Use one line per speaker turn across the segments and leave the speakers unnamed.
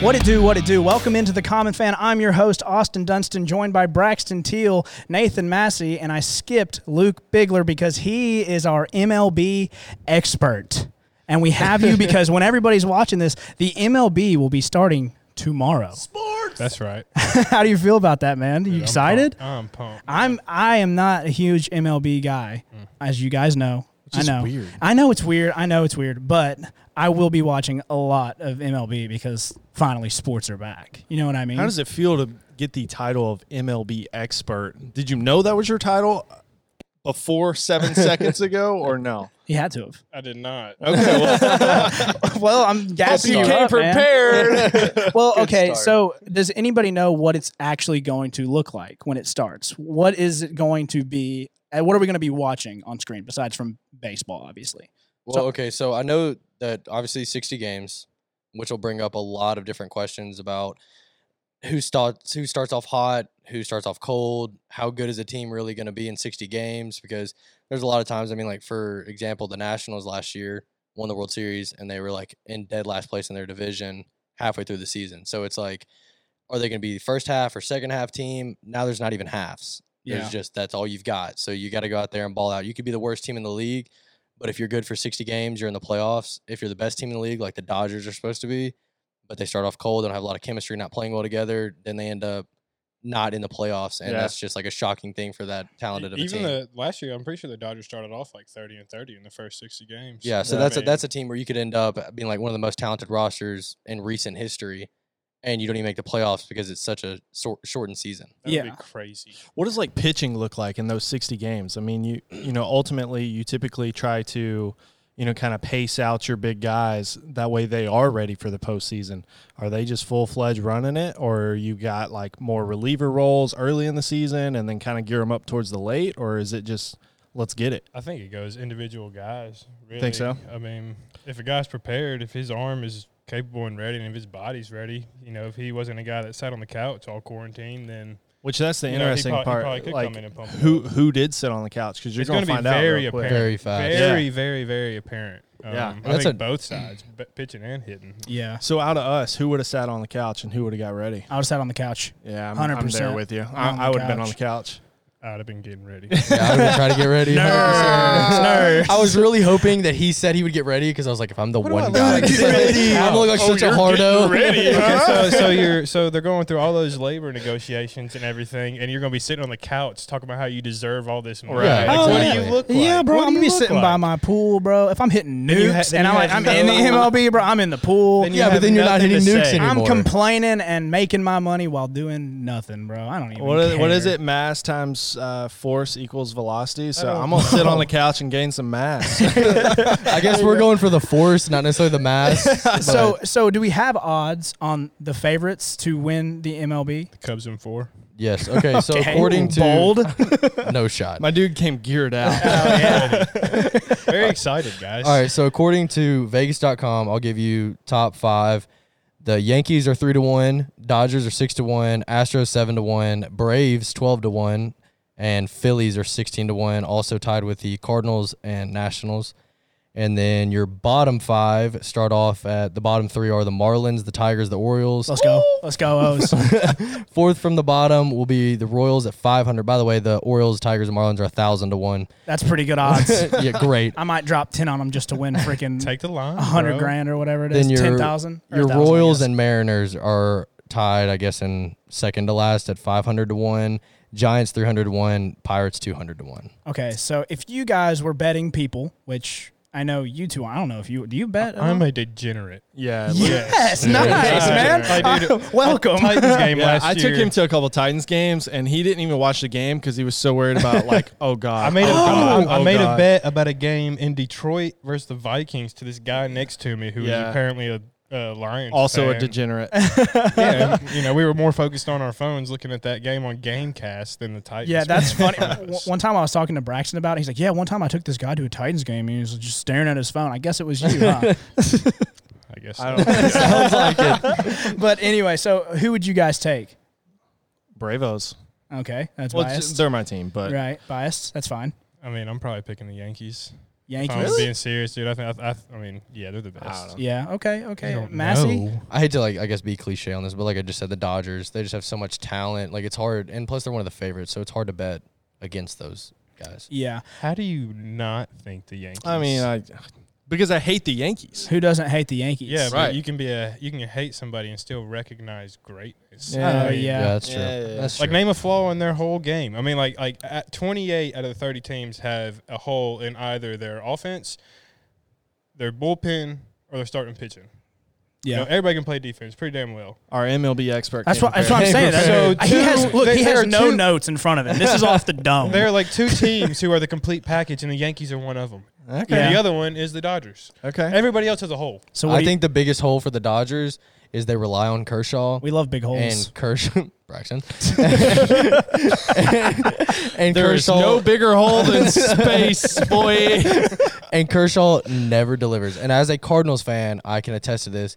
What it do, what it do. Welcome into the Common Fan. I'm your host, Austin Dunston, joined by Braxton Teal, Nathan Massey, and I skipped Luke Bigler because he is our MLB expert. And we have you because when everybody's watching this, the MLB will be starting tomorrow.
That's right.
How do you feel about that, man? you excited?
I'm pumped.
I'm I am not a huge MLB guy, as you guys know.
just
I know.
Hmm. weird.
I know it's weird. I know it's weird, but I will be watching a lot of MLB because finally sports are back. You know what I mean?
How does it feel to get the title of MLB expert? Did you know that was your title uh, before seven seconds ago, or no?
he had to have.
I did not.
Okay, well,
well, I'm gassing
you came
up, man.
prepared.
Well, okay. So, does anybody know what it's actually going to look like when it starts? What is it going to be? And what are we going to be watching on screen besides from baseball, obviously?
Well, okay, so I know that obviously 60 games, which will bring up a lot of different questions about who starts who starts off hot, who starts off cold, how good is a team really going to be in 60 games because there's a lot of times, I mean like for example, the Nationals last year won the World Series and they were like in dead last place in their division halfway through the season. So it's like are they going to be first half or second half team? Now there's not even halves. There's just that's all you've got. So you got to go out there and ball out. You could be the worst team in the league, but if you're good for 60 games, you're in the playoffs. If you're the best team in the league, like the Dodgers are supposed to be, but they start off cold, don't have a lot of chemistry, not playing well together, then they end up not in the playoffs, and
Yeah.
that's just like a shocking thing for that talented of a
Even
team.
the last year, I'm pretty sure the Dodgers started off like 30 and 30 in the first 60 games.
yeah, so
I
that's a,
mean,
that's a team where you could end up being like one of the most talented rosters in recent history, and you don't even make the playoffs because it's such a sor- shortened season.
that would be
Yeah.
crazy.
what does like pitching look like in those sixty games? I mean, you you know, ultimately, you typically try to, you know, kind of pace out your big guys. That way, they are ready for the postseason. Are they just full fledged running it, or you got like more reliever roles early in the season and then kind of gear them up towards the late, or is it just let's get it?
I think it goes individual guys. Really.
so?
I mean, if a guy's prepared, if his arm is capable and ready, and if his body's ready, you know, if he wasn't a guy that sat on the couch all quarantine, then
Which that's the
You know, he
interesting
prob- he
part.
probably could
like
come in and pump it
who
up.
who did sit on the couch because you're
It's
going to
gonna be
find out
very
real quick.
apparent.
Very fast.
very, very, very apparent.
Yeah.
Um, I
That's
think
a-
both sides, b- pitching and hitting.
Yeah.
So out of us, who would have sat on the couch and who would have got ready?
I was sat on the couch.
Yeah, I'm,
I'm- I'm there
there
100%
with
with
you.
on the
I, would have been on the
couch.
couch.
I'd have been getting ready.
Yeah, I would have tried to get ready. 100%.
Nerds.
I was really hoping that he said he would get ready because I was like, if I'm the
do I
one
look
guy,
like?
that's
Get
like-
ready.
I'm looking like such a hardo.
Oh, ready. okay, so so you're so they're going through all those labor negotiations and everything, and you're going to be sitting on the couch talking about how you deserve all this money.
Right.
Like,
Oh,
what
yeah.
do you look like?
Yeah, bro,
What do
I'm gonna
you
be
look
sitting
like?
by my pool, bro. If I'm hitting nukes
you ha- then
and I'm
you
like,
have
I'm in the
no-
MLB, bro. I'm in the pool.
Then you
Yeah, but
have
then you're not
nothing to
hitting nukes
say.
anymore.
I'm complaining and making my money while doing nothing, bro. I don't even.
What is, what is
care.
it? Mass times uh, force equals velocity. So
don't
I'm gonna sit on the couch and gain some mass.
I guess we're going for the force, not necessarily the mass.
So,
but-
so do we have odds on the favorites to win the MLB?
Cubs in four.
yes, okay. So
Okay.
according to
bold,
no shot.
My dude came geared out.
Very excited, guys.
All right, so according to Vegas.com, I'll give you top five. The Yankees are three to one, Dodgers are six to one, Astros seven to one, Braves twelve to one, and Phillies are sixteen to one, also tied with the Cardinals and Nationals. And then your bottom five start off at the bottom three are the Marlins, the Tigers, the Orioles.
let's go, let's go O's.
Fourth from the bottom will be the Royals at 500. By the way, the Orioles, Tigers, and Marlins are 1,000 to 1.
That's pretty good odds.
yeah, great.
I might drop ten on them just to win freaking
Take the line.
a hundred
bro.
grand or whatever it is.
Then your,
ten thousand.
your Royals and Mariners are tied, I guess, in second to last at 500 to 1. Giants, 300 to 1. Pirates, 200 to 1.
okay, so if you guys were betting people, which I know you two, I don't know if you do you bet. at
I'm
all?
a degenerate.
Yeah.
yes,
Yeah.
nice
Yeah.
man.
I did-
Uh, welcome.
Titans game
Yeah,
last
I
year.
took him to a couple Titans games, and he didn't even watch the game because he was so worried about like, oh god.
I made a,
oh,
I-
God,
I
oh,
made a
God.
bet about a game in Detroit versus the Vikings to this guy next to me who is
Yeah.
apparently a uh, Lions.
Also a
fan.
degenerate.
yeah, you know, we were more focused on our phones looking at that game on GameCast than the Titans.
Yeah, that's
fan.
funny. One- one time I was talking to Braxton about it. He's like, "Yeah, one time I took this guy to a Titans game and he was just staring at his phone. I guess it was you." Huh?
I guess.
I
so.
don't. Yeah.
but anyway, so who would you guys take?
Bravos.
Okay, that's
Well, it's-
biased.
they're my team, but
Right, biased. That's fine.
I mean, I'm probably picking the Yankees. If
Yankees.
I'm being serious, dude, I think I, I, I mean, yeah, they're the best.
don't
Yeah. Okay. Okay.
don't
Massey.
know.
I hate to like I guess be cliche on this, but like I just said, the Dodgers they just have so much talent. Like it's hard, and plus they're one of the favorites, so it's hard to bet against those guys.
Yeah.
How do you not think the Yankees?
I mean, I because I hate the Yankees.
Who doesn't hate the Yankees?
yeah,
Right.
but you can be a you can hate somebody and still recognize greatness.
Yeah.
Yeah.
Uh,
I mean,
yeah.
Yeah, that's true.
Yeah, yeah, yeah.
That's true.
Like name a flaw in their whole game. I mean, like like at 28 out of the 30 teams have a hole in either their offense, their bullpen, or their starting pitching. You
Yeah.
know, everybody can play defense pretty damn well.
Our MLB expert.
That's
came
what, that's what
prepared.
I'm saying. That's-
So
he has
two-
look.
they-
he
there
has
are
no
two-
notes in front of him. This is off the
Oh.
dome.
There are like two teams who are the complete package, and the Yankees are one of them.
Okay.
And
Yeah.
the other one is the Dodgers.
Okay.
Everybody else has a hole.
so what
I
do you-
think the biggest hole for the Dodgers is they rely on Kershaw
we love big holes.
and Kershaw Braxton. and
There is
Kershaw
no bigger hole than space, boy.
and Kershaw never delivers. And as a Cardinals fan, I can attest to this.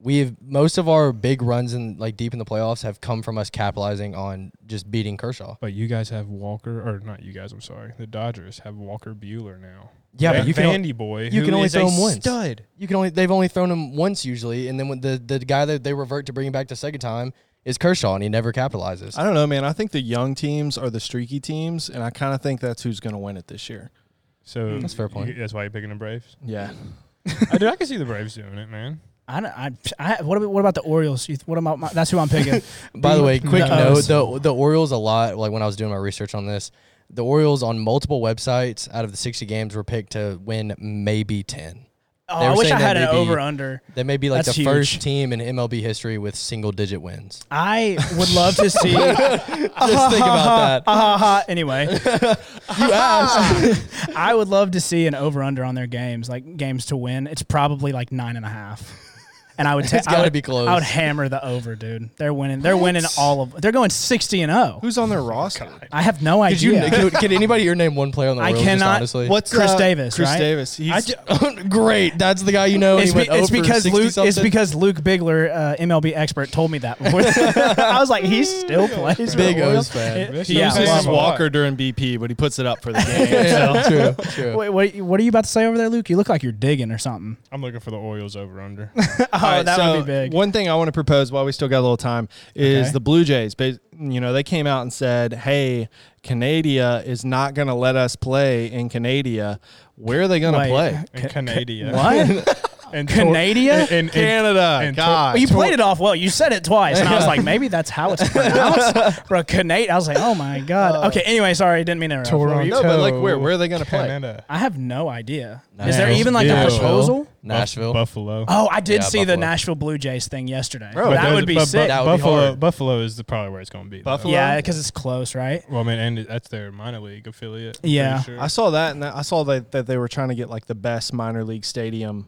We have most of our big runs in like deep in the playoffs have come from us capitalizing on just beating Kershaw.
But you guys have Walker, or not you guys? I'm sorry. The Dodgers have Walker Bueller now.
Yeah,
That
but you can
Vandy boy.
you
who
can only
is
throw
a
him once.
Stud.
You can only they've only thrown him once usually, and then when the the guy that they revert to bring back the second time is Kershaw, and he never capitalizes.
I don't know, man. I think the young teams are the streaky teams, and I kind of think that's who's going to win it this year.
So
That's a fair
Mm. you-
point.
that's why you're picking the Braves.
Yeah.
I, dude, I can see the Braves doing it, man.
I, don't- I, I, what about what about the Orioles? You- What about my, that's who I'm picking.
By the way, quick
Nutters.
note: the the Orioles a lot. Like when I was doing my research on this, the Orioles on multiple websites out of the sixty games were picked to win maybe ten.
Oh,
They
I
were
wish I
saying that
had an
may be-
over under.
They may be like
That's
the first
huge.
team in MLB history with single digit wins.
I would love to see. Just
think about that.
anyway, I would love to see an over under on their games, like games to win. It's probably like nine and a half. And I would take.
It's gotta be close.
I would hammer the over, dude. They're winning. They're winning all of. They're going sixty and zero.
Who's on their roster?
I have no
Could you?
idea.
Could, could anybody here name one player on the
I
Orioles?
cannot-
Just honestly,
What's
Chris
uh,
Davis,
Chris
right?
Davis. He's,
I ju-
Great, that's the guy you know. and
It's,
he went
be- it's
0 for
because
60
Luke. It's
something?
because Luke Bigler, uh, MLB expert, told me that before. I was like, he still plays.
Big
for the
O's
Orioles?
fan.
It-
He
yeah.
was
this
Yeah.
is Walker during BP, but he puts it up for the game.
Yeah, true, true.
Wait, what, what are you about to say over there, Luke? You look like you're digging or something.
I'm looking for the Orioles over under.
Oh,
All right,
that
so
would be big.
One thing I want to propose while we still got a little time is
Okay.
the Blue Jays. ba- You know, they came out and said, "Hey, Canada is not going to let us play in Canada. Where are they going to
Wait.
play?
And Canada.
what?
And
Canada?
And, and, and,
Canada.
and Tor-
God,
Well, you played it off well. You said it twice, and I was like, maybe that's how it's pronounced. Bro, Canate. I was like, oh my god. Okay. Anyway, sorry, didn't mean to interrupt.
Toronto.
No, but like, where? Where are they going to play?
Canada.
I have no idea. Is
Nice.
there even like a
Nashville.
proposal?
Nashville.
Buffalo.
Oh, I did
Yeah,
see the
Buffalo.
Nashville Blue Jays thing yesterday.
Bro,
But
that
those-
would be
but- but
sick.
That would be
Buffalo,
hard.
Buffalo is the, probably where it's going to be. though.
Buffalo?
yeah, because it's close, right?
Well, I mean, and that's their minor league affiliate. I'm
Yeah.
pretty
I
Sure.
saw that, and that, I saw that, that they were trying to get like the best minor league stadium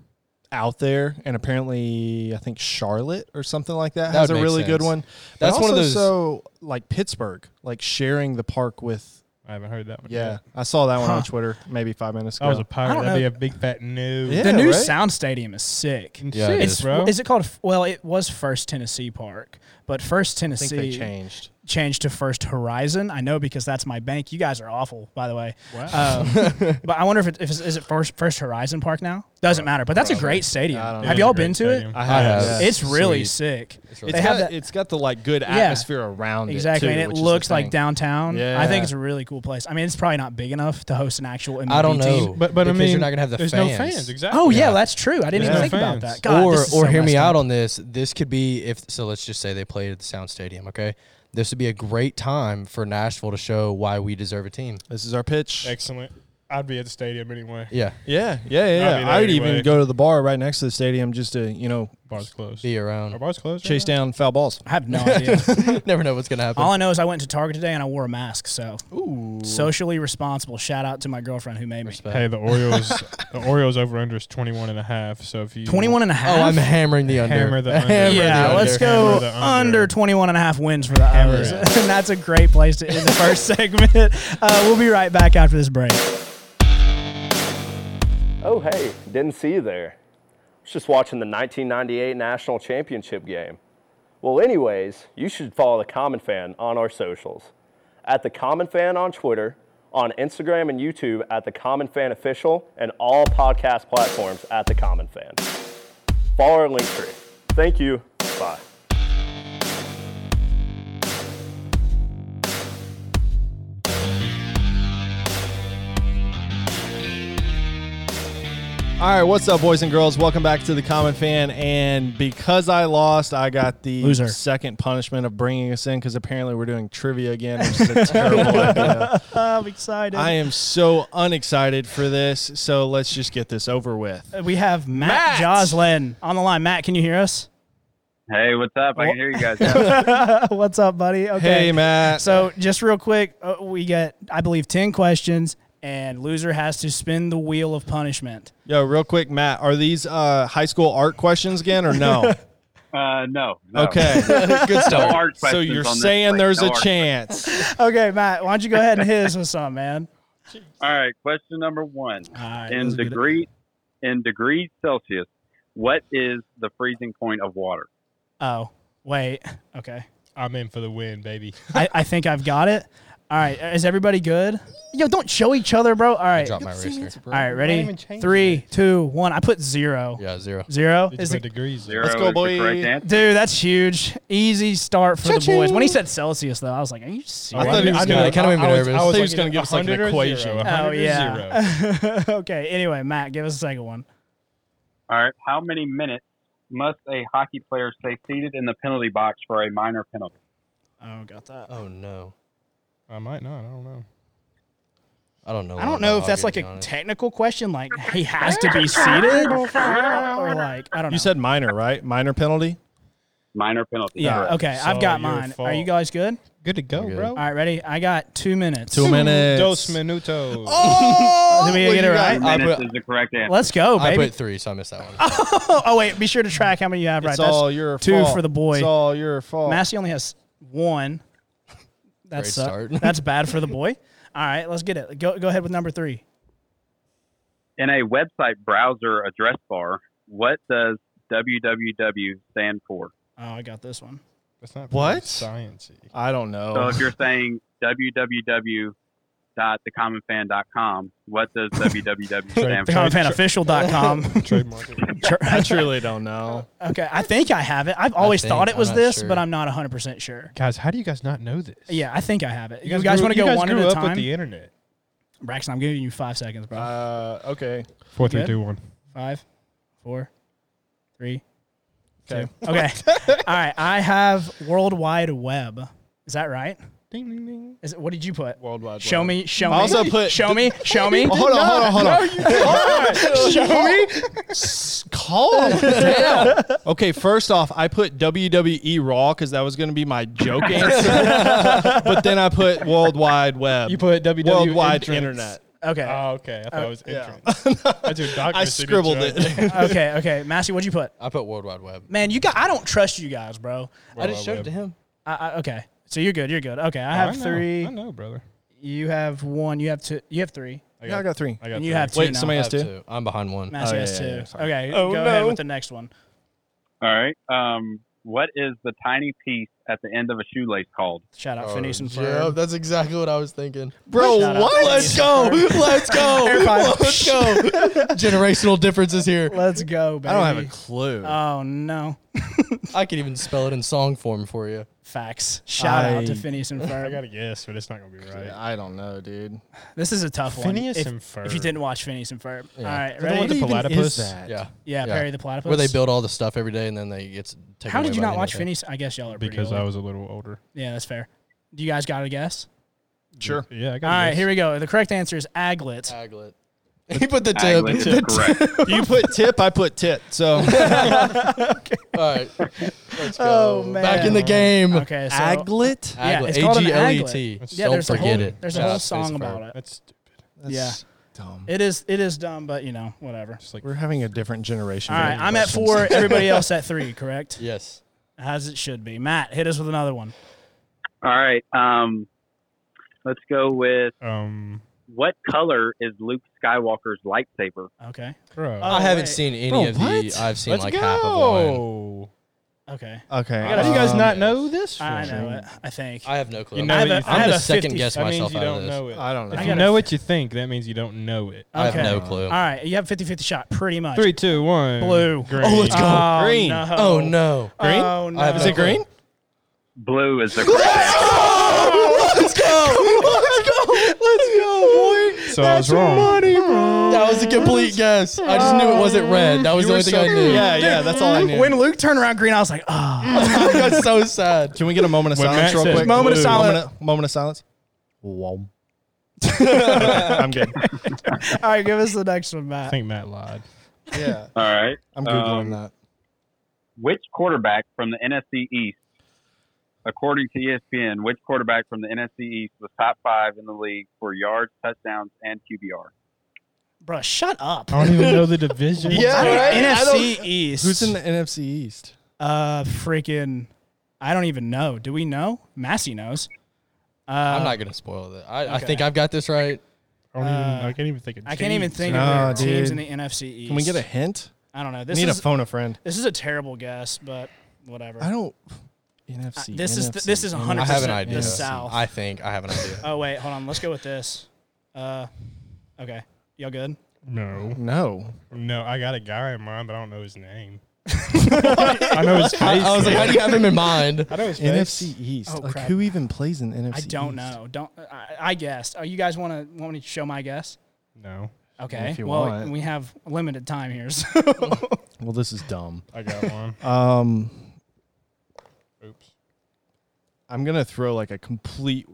out there, and apparently, I think Charlotte or something like that,
That
has
would
a
make
really good
sense.
one.
That's one of those-
So, like Pittsburgh, like sharing the park with.
I haven't heard that one.
Yeah,
yet.
I saw that one
Huh.
on Twitter maybe five minutes ago.
I was a
I
pirate.
don't
That'd be
know.
a big fat no.
Yeah.
the new
right?
Sound Stadium is sick.
Yeah, it
Shit,
It's
is.
Mm, bro.
is it called? Well, it was First Tennessee Park, but First
I think
Tennessee
they changed.
changed to First Horizon. I know because that's my bank. You guys are awful, by the way.
Wow.
Um, but I wonder if it if it's, is it First First Horizon Park now? Doesn't matter. But that's a great stadium.
I don't know.
Have
It is
y'all
a great
been to
stadium.
it?
I
have.
have.
It's really
Sweet.
sick.
It's
It's
really
They
got,
have that-
it's got the like good atmosphere around
Exactly,
it too,
and
which
it
is the
looks like
thing.
downtown. I
Yeah.
think it's a really cool place. I mean, it's probably not big enough to host an actual MLB
I don't
team.
know.
But but I
Oh. Because
mean,
you're not gonna have the
there's no
fans.
fans. Exactly.
Oh yeah,
Yeah.
that's true. I didn't
There's
even
no
think about
fans.
that. God,
or
this is
or
so
hear me
messed
out
up.
on this. This could be if so. Let's just say they played at the Sound Stadium. Okay, this would be a great time for Nashville to show why we deserve a team.
This is our pitch.
Excellent. I'd be at the stadium anyway.
Yeah,
Yeah, yeah,
I'll
yeah.
be
yeah.
there
I would even
anyway.
go to the bar right next to the stadium just to you know
Bars closed.
be
Are
around.
bars closed?
chase
right
down foul balls.
I have no idea.
Never know what's gonna happen.
All I know is I went to Target today and I wore a mask. So
Ooh.
socially responsible. Shout out to my girlfriend who made me.
now?
Respect.
Hey, the Orioles. the Orioles over under is 21 and a half. So if you
21 and a
oh, I'm
half.
hammering the under.
Hammer the under.
Hammer
yeah,
the
under.
let's
Hammer
go
the under.
under 21 and a half wins for the
Hammer
O's.
it.
and that's a great place to end the first segment. Uh, we'll be right back after this break.
Oh, hey, didn't see you there. I was just watching the 1998 National Championship game. Well, anyways, you should follow the Common Fan on our socials. At the Common Fan on Twitter, on Instagram and YouTube at The Common Fan Official and all podcast platforms at The Common Fan. Follow our link tree. Thank you. Bye.
All right, what's up, boys and girls? Welcome back to the Common Fan. And because I lost, I got the
Loser.
second punishment of bringing us in because apparently we're doing trivia again, which is a terrible idea.
I'm excited.
I am so unexcited for this. So let's just get this over with.
we have Matt,
Matt!
Joslin on the line. Matt, can you hear us?
Hey, what's up? I can hear you guys. now.
What's up, buddy? Okay.
Hey, Matt.
So, just real quick, uh, we got, I believe, 10 questions, and loser has to spin the wheel of punishment.
Yo, real quick, Matt, are these uh, high school art questions again or no?
uh, no, no.
Okay.
Good
No
start.
hard
so
questions
you're
on this
saying
plate.
there's
No
a
hard-
chance.
Okay, Matt, why don't you go ahead and hit us with some, man?
All right. Question number one.
All right,
in
let's get it.
degree, in degrees Celsius, what is the freezing point of water?
Oh, wait. Okay.
I'm in for the win, baby.
I, I think I've got it. All right. Is everybody good? Yo, don't show each other, bro. All right.
Drop
All
my wrist here.
right,
even
ready?
changing
Three, two, one. I put zero.
Yeah, zero.
Zero?
Did you
Is
put
it,
degrees? in?
Zero
Let's go,
is
boy.
the correct answer.
dude, that's huge. Easy start for the boys. When he said Celsius, though, I was like, are you serious?
I
thought he was gonna- kinda made me
was-
nervous.
I
I
was
thought he was
like,
gonna give us, like, an
100 or
equation.
zero,
Oh,
100
Oh,
or zero.
yeah. okay. Anyway, Matt, give us a second one.
All right. How many minutes must a hockey player stay seated in the penalty box for a minor penalty?
Oh, got that.
Oh no,
I might not. I don't know.
I don't know.
I don't know if that's like a technical question, like he has to be seated, or like I don't know.
You said minor, right? Minor penalty?
Minor penalty. Correct.
yeah. Okay, I've
So
got
your
mine. Are
fault.
you guys good?
Good to go,
good.
bro.
All right, ready? I got two minutes.
Two minutes.
Dos minutos.
Did we get it right?
I
Minutes
put-
is the correct answer.
Let's go,
I
baby.
put three, so I missed that one.
oh, oh, wait. Be sure to track how many you have right.
It's
That's
all your
two
fault.
for the boy.
It's all your fault.
Massey only has one. That's
Great start.
that's bad for the boy. All right, let's get it. Go go ahead with number three.
In a website browser address bar, what does www stand for?
Oh, I got this one.
That's not
What?
Science.
I don't
So
know.
if you're saying www.thecommonfan.com, what does www stand for?
TheCommonFanOfficial.com.
Trademark.
I truly don't know.
okay, I think I have it. I've always
think.
thought it
I'm
was
not
this,
sure.
but I'm not 100 percent sure.
guys, how do you guys not know this?
Yeah, I think I have it. You, guys
grew-
want to go
guys
one at
grew
a
up
time?
with the internet.
Braxton, I'm giving you five seconds, bro.
Uh, okay.
Four,
three,
three,
Good? two,
two, one.
Five, four, three, two.
Okay.
Okay. All right. I have World Wide Web. Is that right?
Ding, ding, ding.
Is it, what did you put?
Worldwide.
Show me, show me.
I also put-
show me, show me.
hold on, hold on, hold on.
show me.
Calm down. Okay, first off, I put WWE Raw because that was going to be my joke answer. but then I put World Wide Web.
You put WW
World Wide
entrance.
Internet.
Okay.
Oh, okay. I thought it was
yeah.
entrance. That's your doctorate
I scribbled
signature.
it.
okay. Okay. Massey, what'd you put?
I put World Wide Web.
Man, you got, I don't trust you guys, bro.
I just showed it to him.
I, I, okay. So you're good. You're good. Okay. I have
know,
three.
Oh, I know, brother.
You have one. You have two. You have three.
yeah, I got three.
I got
And you
three.
have two.
Wait,
now.
somebody
I
has
have
two?
two. I'm behind one.
Massey
Oh,
has
yeah, yeah, yeah,
two.
sorry.
okay.
Oh,
go ahead
no.
with the next one.
All right. Um, what is the tiny piece at the end of a shoelace called?
Shout out
Oh,
Phineas and
yeah,
Ferb.
that's exactly what I was thinking.
Bro,
Shout out
what?
to Phineas
Let's go.
and Ferb.
Let's go.
Air five.
Let's go. Generational differences here.
Let's go, baby.
I don't have a clue.
Oh no.
I could even spell it in song form for you.
Facts. Shout out to
I-
Phineas and
I
Ferb.
got a guess, but it's not gonna be right.
I don't know, dude.
This is a tough
Phineas
one. If,
and Ferb.
if you didn't watch Phineas and Ferb,
Yeah.
all right,
the one
ready?
that-
What even
platypus?
is that?
Yeah.
yeah,
Yeah.
Perry the Platypus.
Where they build all the stuff every day and then they get taken
How
away
did you
by
not
the
watch
NFL.
Phineas? I guess y'all are pretty
because
old.
I was a little older.
yeah, that's fair. Do you guys got a guess?
Sure.
Yeah, I got
All right, here we go. The correct answer is aglet.
Aglet. He put the tip.
Aglet is correct.
you put tip, I put tit. So
All right. Let's
Oh,
go. Back in the game.
Okay, so
aglet.
Yeah,
Aglet.
it's called an
A-G-L-E-T.
aglet.
yeah,
Don't
there's a
forget
whole,
it.
There's a
Shout
whole
out to
song
Phineas
about
Ferb.
it.
That's stupid.
That's Dumb.
It is it is dumb, but you know whatever.
Just like
We're having a different generation.
All right,
of
I'm at
questions.
four. Everybody else at three. Correct,
Yes.
as it should be. Matt, hit us with another one.
All right. Um, let's go with
um,
what color is Luke Skywalker's lightsaber?
Okay.
bro.
Uh, Oh,
I haven't
wait.
seen any
Bro,
of
what?
the. I've seen
Let's
like half of one.
go.
Okay.
Okay. Uh,
gotta-
How do you guys
Um,
not know this?
I
for
know
sure?
it. I think.
I have no clue.
You know
have
that
a- I
you
have
I'm
think.
a
gonna second
50
guess
That means
myself
you
out of
don't
this.
know it.
I don't know.
I
If
got
you
a-
know what you think, that means you don't know it.
I have
Okay. Uh,
no clue.
All right. You have 50 50 shot pretty much.
Three, two, one.
Blue.
Green.
Oh, let's go.
Oh,
Green.
No.
oh no.
Green?
Oh, no.
I have
Is it green?
Blue is the correct answer.
Let's go. Let's go. Let's go, boy.
So I was wrong.
That was a complete guess. I just knew it wasn't red. That was
You
the
were
only thing I
so-
knew.
Yeah, yeah, that's all I knew.
When Luke turned around green, I was like, oh.
I got so sad.
Can we get a moment of
When
silence
Matt
real
says
quick?
Moment of blue. silence.
Moment of, moment of silence. Whoa. I'm good.
All right, give us the next one,
I
Matt.
think Matt lied.
Yeah.
All right.
I'm Googling
Um,
that.
Which quarterback from the NFC East, according to E ESPN, which quarterback from the NFC East was top five in the league for yards, touchdowns, and QBR?
Bro, shut up.
I don't even know the division.
Yeah.
Dude,
right? I don't-
NFC East.
Who's in the NFC East?
Uh, freaking. I don't even know. Do we know? Massey knows. Uh,
I'm not gonna spoil it. I, I
okay.
think I've got this right.
I, don't even,
Uh,
I can't even think of
I can't even
teams.
think
Nah,
of the teams in
dude.
the NFC East.
Can we get a hint?
I don't know. This
Need
is
a phone a friend.
this is a terrible guess, but whatever.
I don't. NFC.
Uh, this is the-
NFC,
this is 100%
I have an
the
idea.
South.
I think I have an idea.
oh wait, hold on. Let's go with this. Uh, okay. Y'all good?
No.
No.
No, I got a guy in mind, but I don't know his name. I know his face.
I, I was like, how do you have him in mind?
I know his face.
NFC East.
Oh,
like
crap.
who even plays in NFC?
I don't
East?
know. Don't I, I guessed. Oh, you guys want to want me to show my guess?
No,
Okay.
If you
well,
want.
we have limited time here. So.
Well, this is dumb.
I got one.
Um,
Oops.
I'm gonna throw like a complete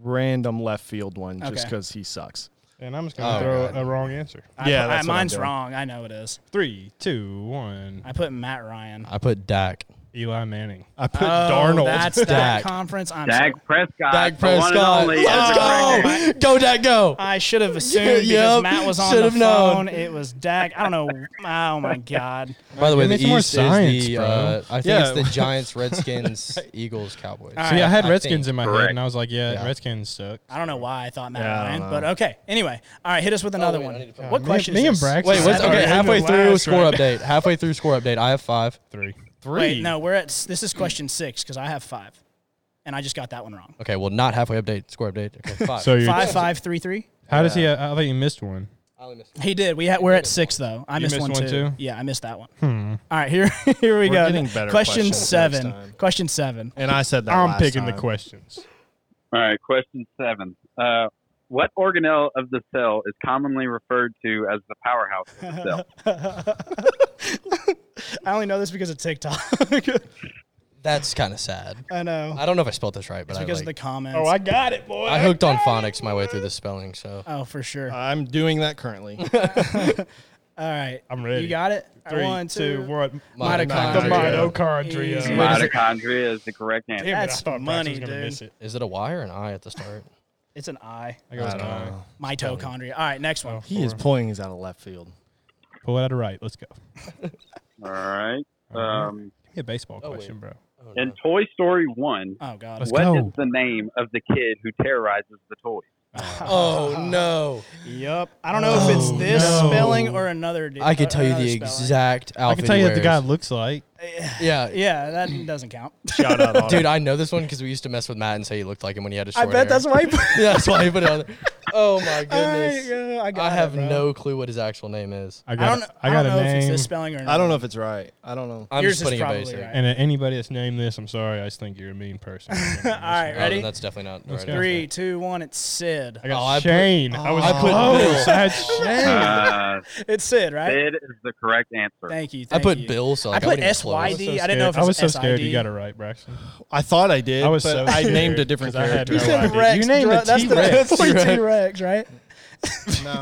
random left field one just
Okay.
because he sucks.
And I'm just gonna
Oh,
throw
God.
a wrong answer.
I
Yeah,
put-
that's
I,
what I'm
mine's
doing.
wrong. I know it is.
Three, two, one.
I put Matt Ryan.
I put Dak.
Eli Manning.
I put
Oh,
Uh, Darnold.
That's that
Dak.
conference. I'm
Dak
so-
Prescott.
Dak
the one and
Prescott.
only, is
Let's
the correct answer.
go. Go Dak. Go.
I should have assumed because
Yep,
Matt was on the
should've
phone.
known.
It was Dak. I don't know. Oh my god.
By the way,
Give
the
me some more
East
science,
is the.
bro.
Uh, I think
Yeah.
it's the Giants, Redskins, Eagles, Cowboys.
All
See, I had
I
Redskins
think.
in my head,
Correct.
and I was like, yeah,
Yeah.
Redskins suck.
I don't know why I thought Matt
Yeah, I
Ryan,
don't know.
but okay. Anyway, all right, hit us with another
Oh, wait, I
one.
need to find
What
me-
question?
me
is
and
this?
Braxton-
Wait, what's
Sorry,
okay?
I'm
Halfway
the
through
last
score
right.
update. Halfway through score update. I have five.
Three. Three.
Wait, no, we're at this is question six because I have five, and I just got that one wrong.
Okay, well, not halfway update. Score update. Okay, five.
So you're,
Five five three three.
how does he? uh, I thought you missed one.
I only missed
He did. We had, we're at six though. I
You
missed,
missed
one,
one,
too.
too? Hmm.
Yeah, I missed that one. All right, here here we
We're
go.
getting better questions
question
next
seven.
time.
Question seven.
and I said that.
I'm
last
picking the
time.
questions.
All right, question seven. Uh, what organelle of the cell is commonly referred to as the powerhouse of the cell?
I only know this because of TikTok.
That's kind of sad.
I know.
I don't know if I spelled this right, but
Oh. it's
I,
because of the
like,
comments.
Oh, got it, boy.
I hooked on phonics my way through the spelling. So
oh, for sure.
Uh,
I'm doing that currently.
All right.
I'm ready.
You got it?
Three,
one, two,
two, one. The
Mitochondria.
mitochondria.
Easy.
Damn it,
Mitochondria is the correct answer.
I
That's
thought Braxton
money,
was gonna
dude.
miss it.
is it a Y or an I at the start?
It's an I.
I got
I
an
don't
eye.
know.
Mitochondria. All right, next
Oh.
one.
He is pulling these out of left field.
Pull it out of right. Let's go.
All right. Um,
Give me a baseball
Oh, wait.
question, bro.
Oh, no.
in Toy Story 1,
Oh, God.
Let's
what
go.
is the name of the kid who terrorizes the toys?
Oh, no.
Yep. I don't know if it's
Oh,
this
no.
spelling or another. d-
I could tell you
another
the
spelling.
exact
I
outfit.
can tell
he
you what the guy
wears.
looks like.
Yeah.
Yeah, that doesn't count.
Shout out, Autumn.
Dude, I know this one because we used to mess with Matt and say he looked like him when he had his
I
short
bet
hair.
that's why. you put-
yeah, that's why he put it on there. Oh my goodness.
I, I, got
I
it,
have
bro.
no clue what his actual name is.
I
I
got.
don't.
a-
kn-
I got
don't
a
know if it's
name.
this spelling or not.
I don't know if it's right. I don't know.
I'm
Yours
just
is
putting it
probably
basic.
right.
And uh, anybody that's named this, I'm sorry. I just think you're a mean person. All
right,
Oh,
Ready?
then that's definitely not
Let's
right.
go.
Three, two, one. It's Sid.
I
Oh,
got
I put-
Shane. I was
I put
close.
Bill.
I had Shane.
Uh,
It's Sid, right?
Sid is the correct answer.
Thank you.
I
Thank
put
you.
Bill, so
I
like,
put
wasn't even close.
SYD.
So
I didn't know if
scared- I was
it's
so scared
SID.
you got it right, Braxton.
I thought I did.
I was
but
so
I
scared,
named a different
'cause I had
character.
no
You said
idea.
Rex.
You named
bro.
a
That's the
T-Rex.
that's like
T-Rex.
T-Rex, right?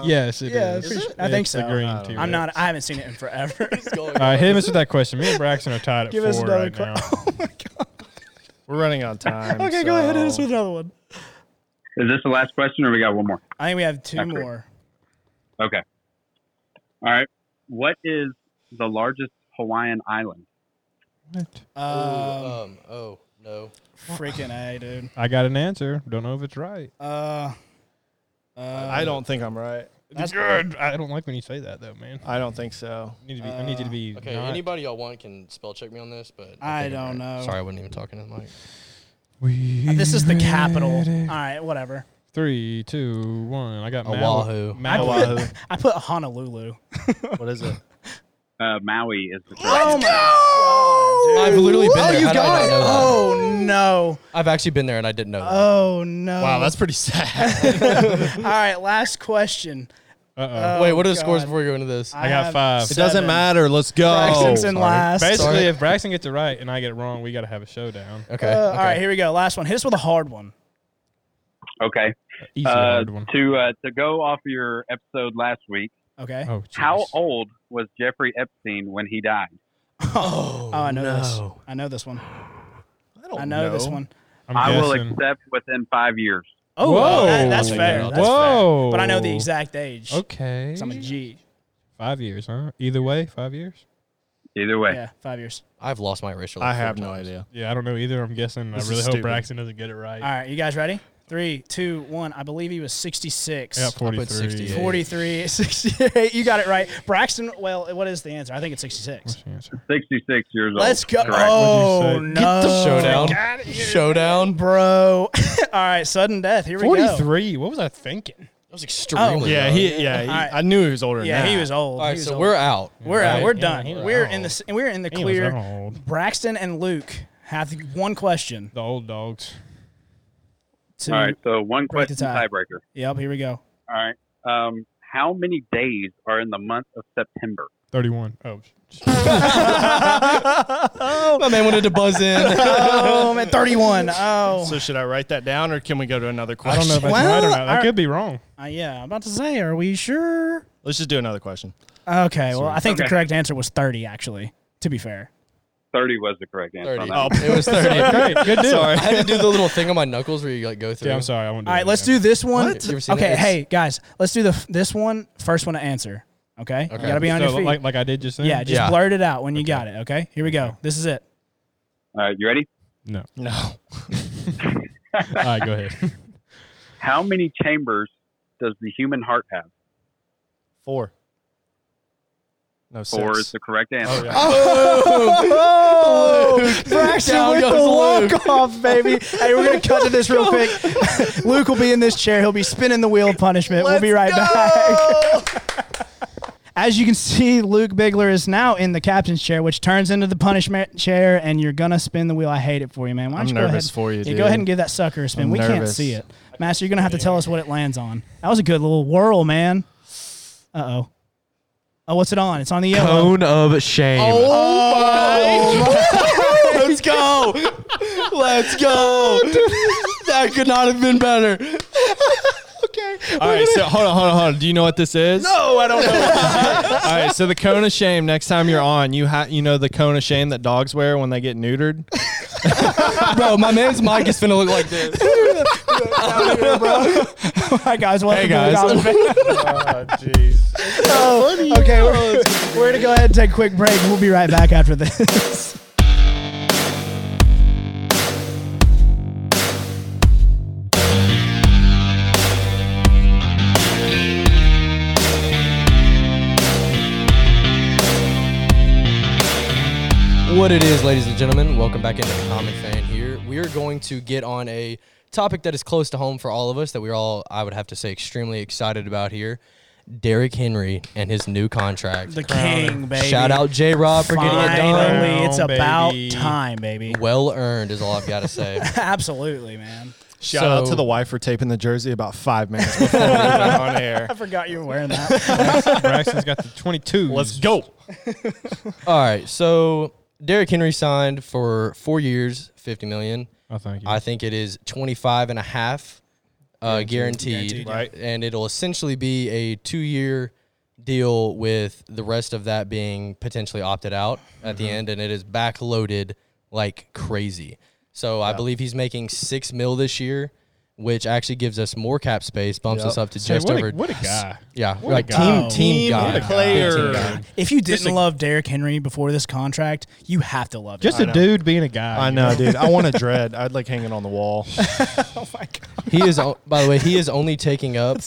Yes, it is.
Yeah, it's- Is it? I think
It's
so.
The green
I don't
T-Rex.
know.
I'm not. I haven't seen it in forever.
All right, hit us with that question. Me and Braxton are tied at
Give
four
us another.
right
que-
now.
oh my god.
We're running on time.
Okay, go ahead. Hit us
so-
with another one.
Is this the last question or we got one more?
I think we have two
That's great.
more.
Okay. All right. What is the largest Hawaiian island?
Um,
um, oh, no.
freaking a, dude.
I got an answer. Don't know if it's right.
Uh, uh,
I don't think I'm right.
That's-
good. I don't like when you say that though, man.
I don't think so.
I need to be. I need you to be.
Uh, Okay,
not-
anybody y'all want can spell check me on this, but
I
think I'm
don't
right.
know.
Sorry, I wasn't even talking to the mic.
We
This is the capital. All
ready.
right, whatever.
Three, two, one. I got
Oahu.
I
Maui. Maui.
put, I put Honolulu.
What is it?
Uh, Maui is the correct.
Oh my god, dude.
I've literally been
oh,
there.
you
How did I
got
not
it.
know that?
Oh no.
I've actually been there and I didn't know. that.
Oh no.
Wow, that's pretty sad.
All right, last question.
Uh-oh.
Wait, what are the scores
Oh, God.
before we go into this?
I got
have
five.
it doesn't
seven.
matter. Let's go.
Braxton's in last.
Basically,
Oh, Sorry.
if Braxton gets it right and I get it wrong, we got to have a showdown.
Okay.
Uh,
okay.
All right, here we go. Last one. Hit us with a hard one.
Okay.
Easy
Uh,
hard one.
to uh, to go off your episode last week,
Okay.
Oh,
how
jeez.
old was Jeffrey Epstein when he died?
Oh, I know this.
no.
I know this one.
I,
Oh,
don't
I know this one.
I'm
I will
guessing.
accept within five years.
Oh,
Whoa.
that- that's
Whoa.
fair. That's
Whoa.
fair. But I know the exact age.
Okay.
'cause I'm a G.
Five years, huh? Either way, five years.
Either way,
Yeah, five years.
I've lost my racial.
I have no idea.
Yeah, I don't know either. I'm guessing. I
This is
really hope
stupid.
Braxton doesn't get it right.
All right, you guys ready? Three, two, one. I believe he was 66.
I got 43.
68.
43, 68. You got it right. Braxton, well, what is the answer? I think it's 66.
What's the answer?
sixty-six years old.
Let's go.
Correct.
Oh,
What'd you
no.
say?
Showdown.
Oh.
Showdown. That
Bro. All right, sudden death. Here we go.
43. What was I thinking?
was extremely.
Oh.
Yeah,
low.
he. Yeah, he,
Alright.
I knew he was older. than
Yeah,
that.
he was old.
All right,
He was
so
old.
we're out.
We're out.
Right?
We're
Yeah,
done.
he was
we're
old.
in the we're in the
He was
clear.
old.
Braxton and Luke have one question.
The old dogs.
To,
All right. So one
Break the
question
tie.
tiebreaker.
Yep, here we go.
All right. Um, how many days are in the month of September?
31. Oh,
My man wanted to buzz in.
Oh, I'm at 31. Oh.
So should I write that down, or can we go to another
I
question?
don't know if that's
Well,
right or not. I
our-
could be wrong.
Uh, yeah, I'm about to say, are we sure?
Let's just do another question.
Okay, well, I think the
Okay.
correct answer was 30, actually, to be fair.
Thirty was the correct answer. on
Oh,
Thirty.
that.
Oh,
It was thirty.
Great. Good deal.
I had to do the little thing on my knuckles where you like go through.
Yeah, I'm sorry. I won't do
All right,
that
let's
again.
do this one.
What? You ever seen
Okay,
that?
hey, guys, let's do the this one, first one to answer. Okay? You
Okay.
got to be on
So,
your feet.
like, like I did just then?
yeah, just
Yeah.
blurt it out when you got it, okay? Here we go. This is it.
All right. You ready?
No.
No.
All right, go ahead.
How many chambers does the human heart have?
Four. No six.
Four is the correct
Oh,
answer.
Oh, Braxton
Down
with the
goes Luke.
walk off, baby. Hey, we're gonna cut to this real quick. Luke will be in this chair. He'll be spinning the wheel of punishment. we'll be right back. As you can see, Luke Bigler is now in the captain's chair, which turns into the punishment chair, and you're gonna spin the wheel. I hate it for you, man. Why don't
I'm
you go
nervous
ahead,
for you,
Yeah,
dude.
go ahead and give that sucker a spin.
I'm
we can't
nervous.
see it, Master. You're gonna have to tell us what it lands on. That was a good little whirl, man. Uh oh. Oh, what's it on? It's on the yellow.
Oh,
of shame. Oh my! Let's go! Let's go! that could not have been better.
All right, so hold on, hold on, hold on. Do you know what this is?
Oh, I don't know.
All right, so the cone of shame. Next time you're on, you ha- you know the cone of shame that dogs wear when they get neutered.
Bro, my man's mic is finna look like this.
Hi guys, welcome
Hey,
to
guys.
the Dollar Bin. oh, jeez. okay, we're, we're gonna go ahead and take a quick break. We'll be right back after this.
What it is, ladies and gentlemen, welcome back into the Common Fan here. We are going to get on a topic that is close to home for all of us that we're all, I would have to say, extremely excited about here. Derrick Henry and his new contract.
The king, baby.
Shout out J Rob for getting it done.
Finally, it's
Down,
about
baby.
time, baby.
Well earned is all I've got to say.
Absolutely, man.
Shout out
So-
to the wife for taping the jersey about five minutes before we went on air.
I forgot you were wearing that.
Braxton's got the 22.
Let's go.
All right, so Derrick Henry signed for four years, fifty million.
Oh, thank you.
I think it is 25 and a half uh, guaranteed,
Guaranteed,
yeah. Right.
And it'll essentially be a two-year deal with the rest of that being potentially opted out at
Mm-hmm.
the end, and it is backloaded like crazy. So I believe he's making six mil this year, which actually gives us more cap space, bumps us up to
Say,
just
what
over.
A, what a guy.
yeah,
a
like
guy.
team, team, guy.
What a guy.
player.
Team guy.
If you didn't love Derrick Henry before this contract, you have to love him.
Just a dude being a guy.
I
you
know, dude. I want a dread. I'd like hang it on the wall.
oh my god.
He is, o- by the way, he is only taking up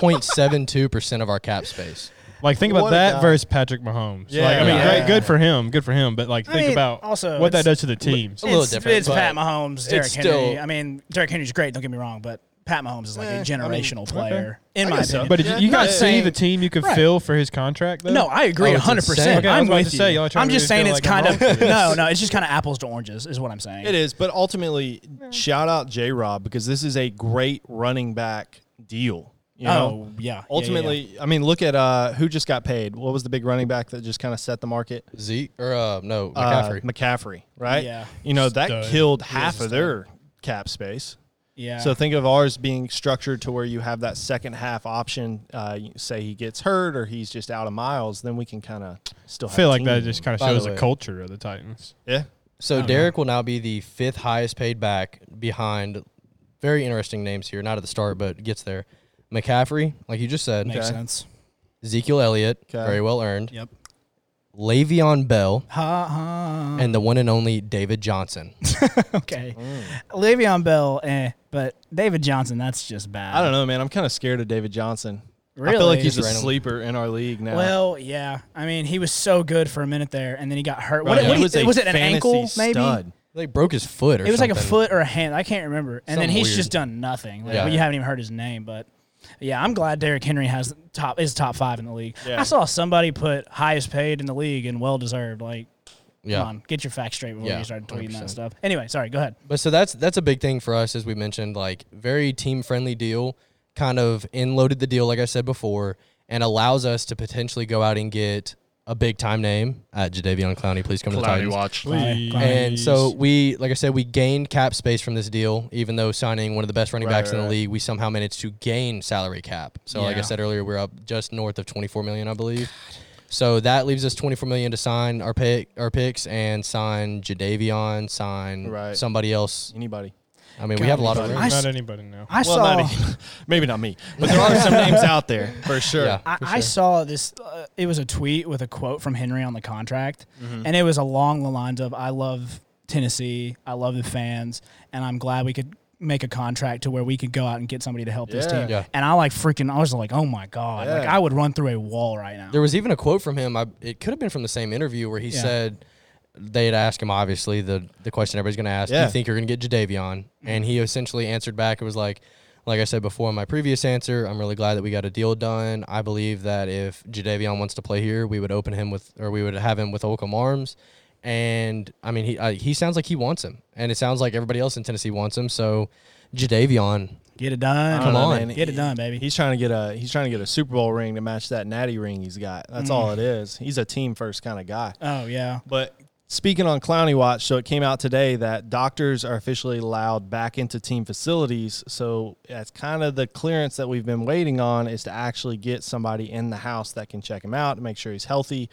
2.72% of our cap space.
Like think about
What a guy.
that versus Patrick Mahomes.
Yeah.
Like I mean,
Yeah.
great, good for him, good for him. But like
I
think
mean,
about
also,
what
it's-
that does to the team.
a little
it's,
different,
It's
but
Pat Mahomes, Derek
it's
Henry.
still-
I mean, Derek Henry's great. Don't get me wrong, but Pat Mahomes is like
Eh, I
a
mean,
generational
okay.
player in
I
my
guess so.
opinion.
But did you, you
I'm not
guys see
saying-
the team you could
Right.
fill for his contract? Though?
No, I agree
Oh, it's
hundred
insane.
percent.
Okay,
I was
I'm
about
with
to
you.
say, y'all are trying
I'm
to
just
really
saying
feel
it's
like I'm
kind
wrong
of
for this.
no, no. It's just kind of apples to oranges, is what I'm saying.
It is, but ultimately, shout out J Rob because this is a great running back deal. You know,
Oh yeah.
ultimately, I mean, look at uh, who just got paid. What was the big running back that just kind of set the market?
Zeke, or uh, no,
Uh,
McCaffrey.
McCaffrey, right?
Yeah.
You know that
Stud.
killed half of their cap space.
yeah. yeah.
So think of ours being structured to where you have that second half option. Uh, you- say he gets hurt or he's just out of miles, then we can kind of still
I
have
feel
a
like that
team.
just kind of
By the
shows the
way.
culture of the Titans.
yeah.
So Derek will now be the fifth highest paid back behind very interesting names here. Not at the start, but gets there. McCaffrey, like you just said.
makes sense.
Ezekiel Elliott,
Okay.
very well earned.
Yep.
Le'Veon Bell,
Ha ha.
and the one and only David Johnson.
Okay. Le'Veon Bell, eh, but David Johnson, that's just bad.
I don't know, man. I'm kind of scared of David Johnson. I
Really?
feel like he's a
Random.
sleeper in our league now.
Well, yeah. I mean, he was so good for a minute there, and then he got hurt. What,
Right.
what
He
was,
a
was it? An
fantasy
ankle, maybe?
stud.
They broke his foot or
It was like a
something.
foot or a hand. I can't remember. And then
Something
he's
weird.
just done nothing. Like,
Yeah.
You haven't even heard his name, but yeah, I'm glad Derrick Henry has top is top five in the league.
Yeah.
I saw somebody put highest paid in the league and well deserved. Like,
Yeah.
come on, get your facts straight before
Yeah,
you start tweeting that
100%.
stuff. Anyway, sorry. Go ahead.
But so that's that's a big thing for us, as we mentioned, like very team friendly deal, kind of inloaded the deal, like I said before, and allows us to potentially go out and get a big time name at Jadavion Clowney. Please come to the Titans.
watch.
Please.
And so we, like I said, we gained cap space from this deal, even though signing one of the best running
Right,
backs in
right,
the
right.
league, we somehow managed to gain salary cap. So, like I
Yeah.
said earlier, we're up just north of 24 million, I believe. So that leaves us 24 million to sign our pick, our picks, and sign Jadavion, sign
Right.
somebody else.
Anybody?
I mean, we have a lot of
God,
room.
I s-
Not anybody now.
I saw.
Well, not any- maybe not me, but there are some names out there for sure.
Yeah.
I, I saw this. Uh, it was a tweet with a quote from Henry on the contract,
Mm-hmm.
and it was along the lines of "I love Tennessee, I love the fans, and I'm glad we could make a contract to where we could go out and get somebody to help this
Yeah.
team."
Yeah.
And I like freaking. I was like, "Oh my god!" Like
Yeah.
I would run through a wall right now.
There was even a quote from him. I, it could have been from the same interview where he
Yeah.
said they'd ask him obviously the the question everybody's going to ask. Do
Yeah.
you think you're going to get Jadavion? And he essentially answered back. It was like, like I said before in my previous answer, I'm really glad that we got a deal done. I believe that if Jadavion wants to play here, we would open him with or we would have him with Holcomb Arms. And I mean, he I, he sounds like he wants him, and it sounds like everybody else in Tennessee wants him. So Jadavion,
get it done.
I don't know,
on.
man.
get it done, baby.
He's trying to get a he's trying to get a Super Bowl ring to match that natty ring he's got.
Mm.
That's all it is. He's a team first kind of guy.
oh yeah.
But speaking on Clowney Watch, so it came out today that doctors are officially allowed back into team facilities. So that's kind of the clearance that we've been waiting on is to actually get somebody in the house that can check him out and make sure he's healthy.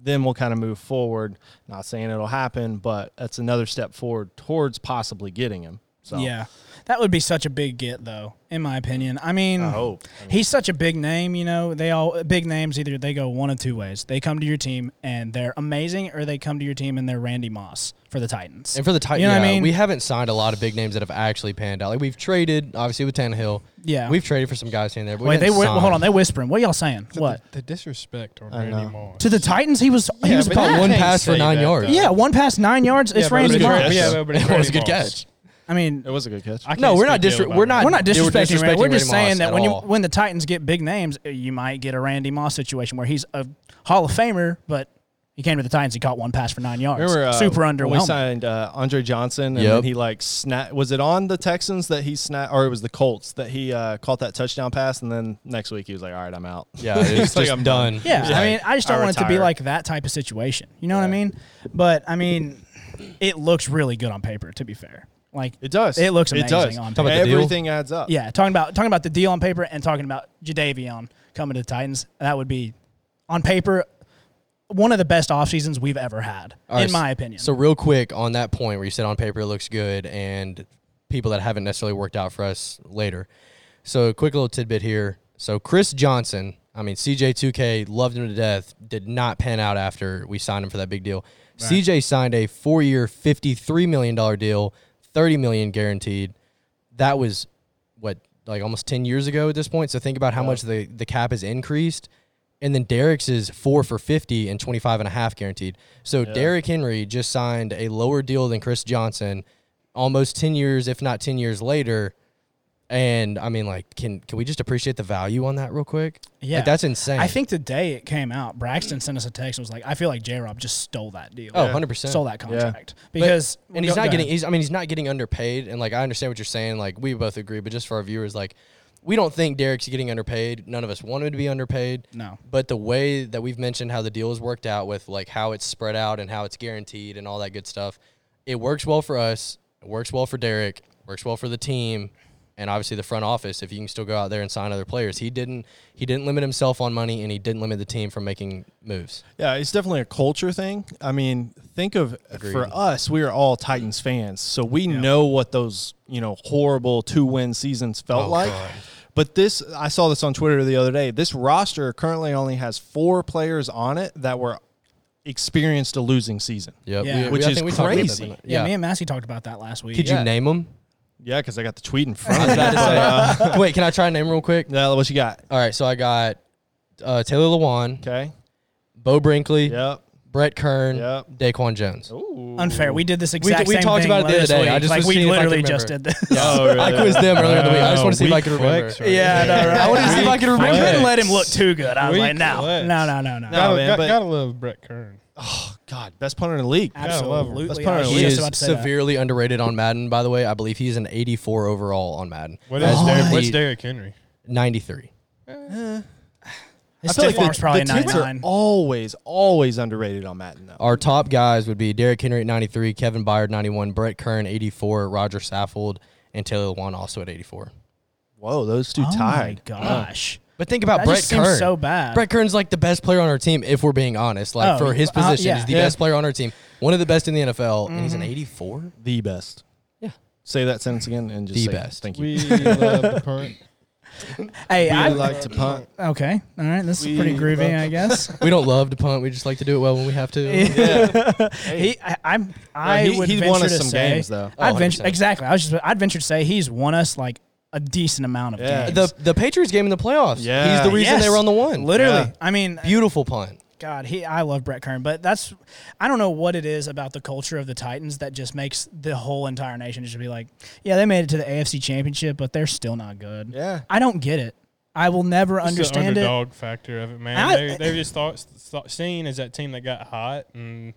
Then we'll kind of move forward. Not saying it'll happen, but that's another step forward towards possibly getting him. So
Yeah. That would be such a big get, though, in my opinion. I mean,
I hope.
he's such a big name. You know, they all big names. Either they go one of two ways: they come to your team and they're amazing, or they come to your team and they're Randy Moss for the Titans.
And for the Titans,
you know
yeah,
what I mean?
we haven't signed a lot of big names that have actually panned out. Like we've traded, obviously with Tannehill.
Yeah.
we've traded for some guys here and there. But
Wait,
we
they
haven't
were, hold
signed.
on. They whispering. What y'all saying? What
The, disrespect on
I
Randy
know.
Moss.
to the Titans? He was he was
but
bad.
Caught Oh, one
Can't
pass for
say
nine
that,
yards.
though.
yeah, one pass, nine yards. It's
but
Randy
it's
Moss.
Randy- yeah, but it's
it was
Randy
a good
Moss.
catch.
I mean,
It was a good catch.
I can't
No, we're
speak
not
ill
disre-
about
we're
him.
not
we're not
they were
disrespecting. Randy.
disrespecting
We're just
Randy Moss
saying that
at
when you
all.
when the Titans get big names, uh, you might get a Randy Moss situation where he's a Hall of Famer, but he came to the Titans. He caught one pass for nine yards.
Remember, uh,
Super
when We
underwhelming.
signed uh, Andre Johnson, and
Yep.
then he like snap. Was it on the Texans that he snapped, or it was the Colts that he uh, caught that touchdown pass? And then next week he was like, "All right, I'm out."
Yeah, it's
He's
just
like, "I'm
I'm done.
Yeah, I mean, I just don't
I
want it to be
retire.
like that type of situation. You know what I mean? But I mean, it looks really good on paper. To be fair, like
It does.
It looks
It
amazing
does.
on
Talking about the deal?
Everything adds up.
yeah, talking about talking about the deal on paper and talking about Jadavion coming to the Titans, that would be on paper one of the best off seasons we've ever had,
All right,
in my opinion.
So real quick on that point where you said on paper it looks good, and people that haven't necessarily worked out for us later. So a quick little tidbit here. So Chris Johnson, I mean CJ2K, loved him to death. Did not pan out after we signed him for that big deal. CJ signed a four-year, fifty-three million dollar deal, thirty million guaranteed. That was what like almost ten years ago at this point. So think about how much the the cap has increased. And then Derek's is four for 50 and 25 and a half guaranteed. So Derek Henry just signed a lower deal than Chris Johnson almost 10 years, if not 10 years later. And I mean, like, can can we just appreciate the value on that real quick?
Yeah,
Like, that's insane.
I think the day it came out, Braxton sent us a text and was like, "I feel like J. Rob just stole that deal.
Oh, 100%.
stole that contract because
and he's
Go-
not
go
getting
ahead.
he's i mean he's not getting underpaid and like i understand what you're saying like we both agree but just for our viewers like we don't think derek's getting underpaid none of us want him to be underpaid
No.
but the way that we've mentioned how the deal is worked out with like how it's spread out and how it's guaranteed and all that good stuff it works well for us it works well for derek works well for the team and obviously the front office if you can still go out there and sign other players he didn't he didn't limit himself on money and he didn't limit the team from making moves
Yeah, it's definitely a culture thing. I mean, think of for us, we are all Titans fans, so we know what those you know horrible two win seasons felt like. But this, I saw this on Twitter the other day. This roster currently only has four players on it that were experienced a losing season.
yep.
Yeah.
I
Which
think
is
we talked about that,
crazy.
didn't we?
yeah,
yeah,
me and Massey talked about that last week.
could you name them
Yeah, because I got the tweet in front of me.
about to say. uh, Wait, can I try a name real quick?
Yeah, what you got?
All right, so I got uh, Taylor Lewan,
Okay.
Bo Brinkley,
Yep.
Brett Kern,
Yep.
Daquan Jones.
Oh,
Unfair. We did this exact
we
same
talked
thing
about it the other
last
day.
Week.
I just
like
was
we
seeing if I could
literally just did
remember.
this.
Oh,
I quizzed them earlier in the week. I just want to see if I could remember.
Uh, flex right
Yeah, I know, right?
I wanted to see if I could remember.
I couldn't let him look too good. I was
Weak
like, no,
legs.
no, no, no, no.
No,
Gotta,
man,
got-
but-
gotta love Brett Kern.
God, best punter in the league.
love him.
Absolutely.
That's
I
part
was
of
He
just
is
about to say that.
severely underrated on Madden, by the way. I believe he's an 84 overall on Madden.
What is
That's
Derrick, what's
pretty-
Derrick Henry?
93.
His stiff
the-
arm's probably
the tits are
99.
always, always underrated on Madden. Though.
Our top guys would be Derrick Henry at 93, Kevin Byard 91, Brett Kern 84, Roger Saffold, and Taylor Lewan also at 84.
Whoa, those two
Oh my
tied.
gosh.
But think about
That
Brett
just
Kern.
seems so bad.
Brett Kern's like the best player on our team, if we're being honest. Like
Oh,
for his
uh,
position,
yeah.
he's the
Yeah. Mm-hmm.
best player on our team, one of the best in the NFL, and he's an 84.
The best.
Yeah.
Say that sentence again and just
The
say it.
best.
Thank you.
We love the punt.
Hey,
I
I,
like to punt.
okay, all right. This is pretty
We
groovy,
love-
I guess.
We don't love to punt; we just like to do it well when we have to.
He, I, I'm, I
he-
would
he's
venture
won us
to
some
say,
games, though.
I'd
Oh,
venture
100%.
exactly. I was just, I'd venture to say he's won us like a decent amount of
Yeah.
games.
The the Patriots game in the playoffs.
Yeah.
he's the reason
Yes.
they were on the one.
Literally,
Yeah.
I mean,
beautiful punt.
God, he I love Brett Kern, but that's I don't know what it is about the culture of the Titans that just makes the whole entire nation just be like, yeah, they made it to the AFC Championship, but they're still not good.
Yeah.
I don't get it. I will never
It's the
understand it.
underdog factor of it, man.
I-
they, they were just thought, thought seen as that team that got hot, and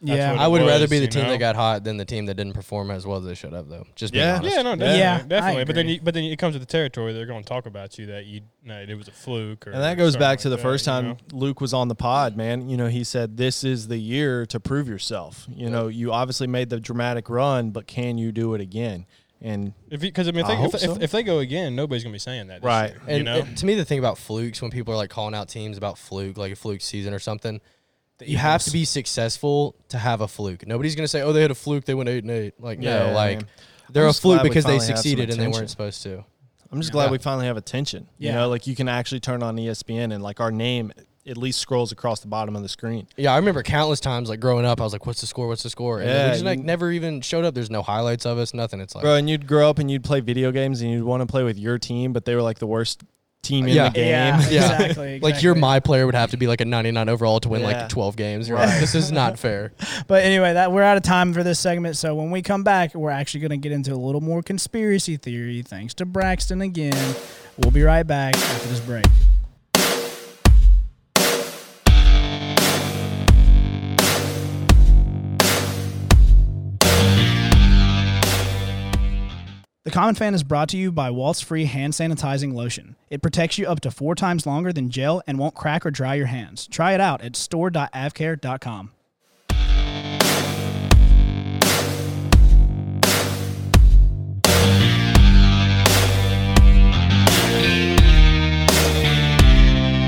Yeah,
what
I would
was,
rather be the
you
team
know?
that got hot than the team that didn't perform as well as they should have, though. Just being
Yeah.
honest.
yeah, no,
Yeah.
definitely,
Yeah, I
definitely. But then,
agree.
you, but then it comes with the territory. They're going to talk about you that you, no, it was a fluke, or
And that goes
something
back to the
like that,
first
you
time
know?
Luke was on the pod, man. You know, he said, This is the year to prove yourself. You know, you obviously made the dramatic run, but can you do it again? And
If because I mean, if
I
they, if,
hope
if-
so.
if they go again, nobody's going to be saying that, this
Right.
year,
And
you know,
it- to me, the thing about flukes when people are like calling out teams about fluke, like a fluke season or something, you have to be successful to have a fluke. Nobody's gonna say, "Oh, they had a fluke, they went eight and eight. Like
Yeah,
no, like
man.
they're
I'm
a
just
fluke
glad we
because they
finally have some
succeeded and they
attention.
weren't supposed to.
I'm just glad we finally have attention.
Yeah.
You know, like you can actually turn on E ESPN and like our name at least scrolls across the bottom of the screen.
Yeah, I remember countless times like growing up, I was like, "What's the score? What's the score?" And then
Yeah,
we just like
you-
never even showed up. There's no highlights of us, nothing. It's like
Bro, and you'd grow up and you'd play video games and you'd want to play with your team, but they were like the worst team in
Yeah.
the game.
Yeah,
Yeah.
exactly.
like your
exactly.
my player would have to be like a 99 overall to win
Yeah.
like 12 games. You're like, this is not fair.
But anyway, that we're out of time for this segment. So when we come back, we're actually going to get into a little more conspiracy theory. Thanks to Braxton again. We'll be right back after this break. The Common Fan is brought to you by Waltz Free Hand Sanitizing Lotion. It protects you up to four times longer than gel and won't crack or dry your hands. Try it out at store.avcare.com.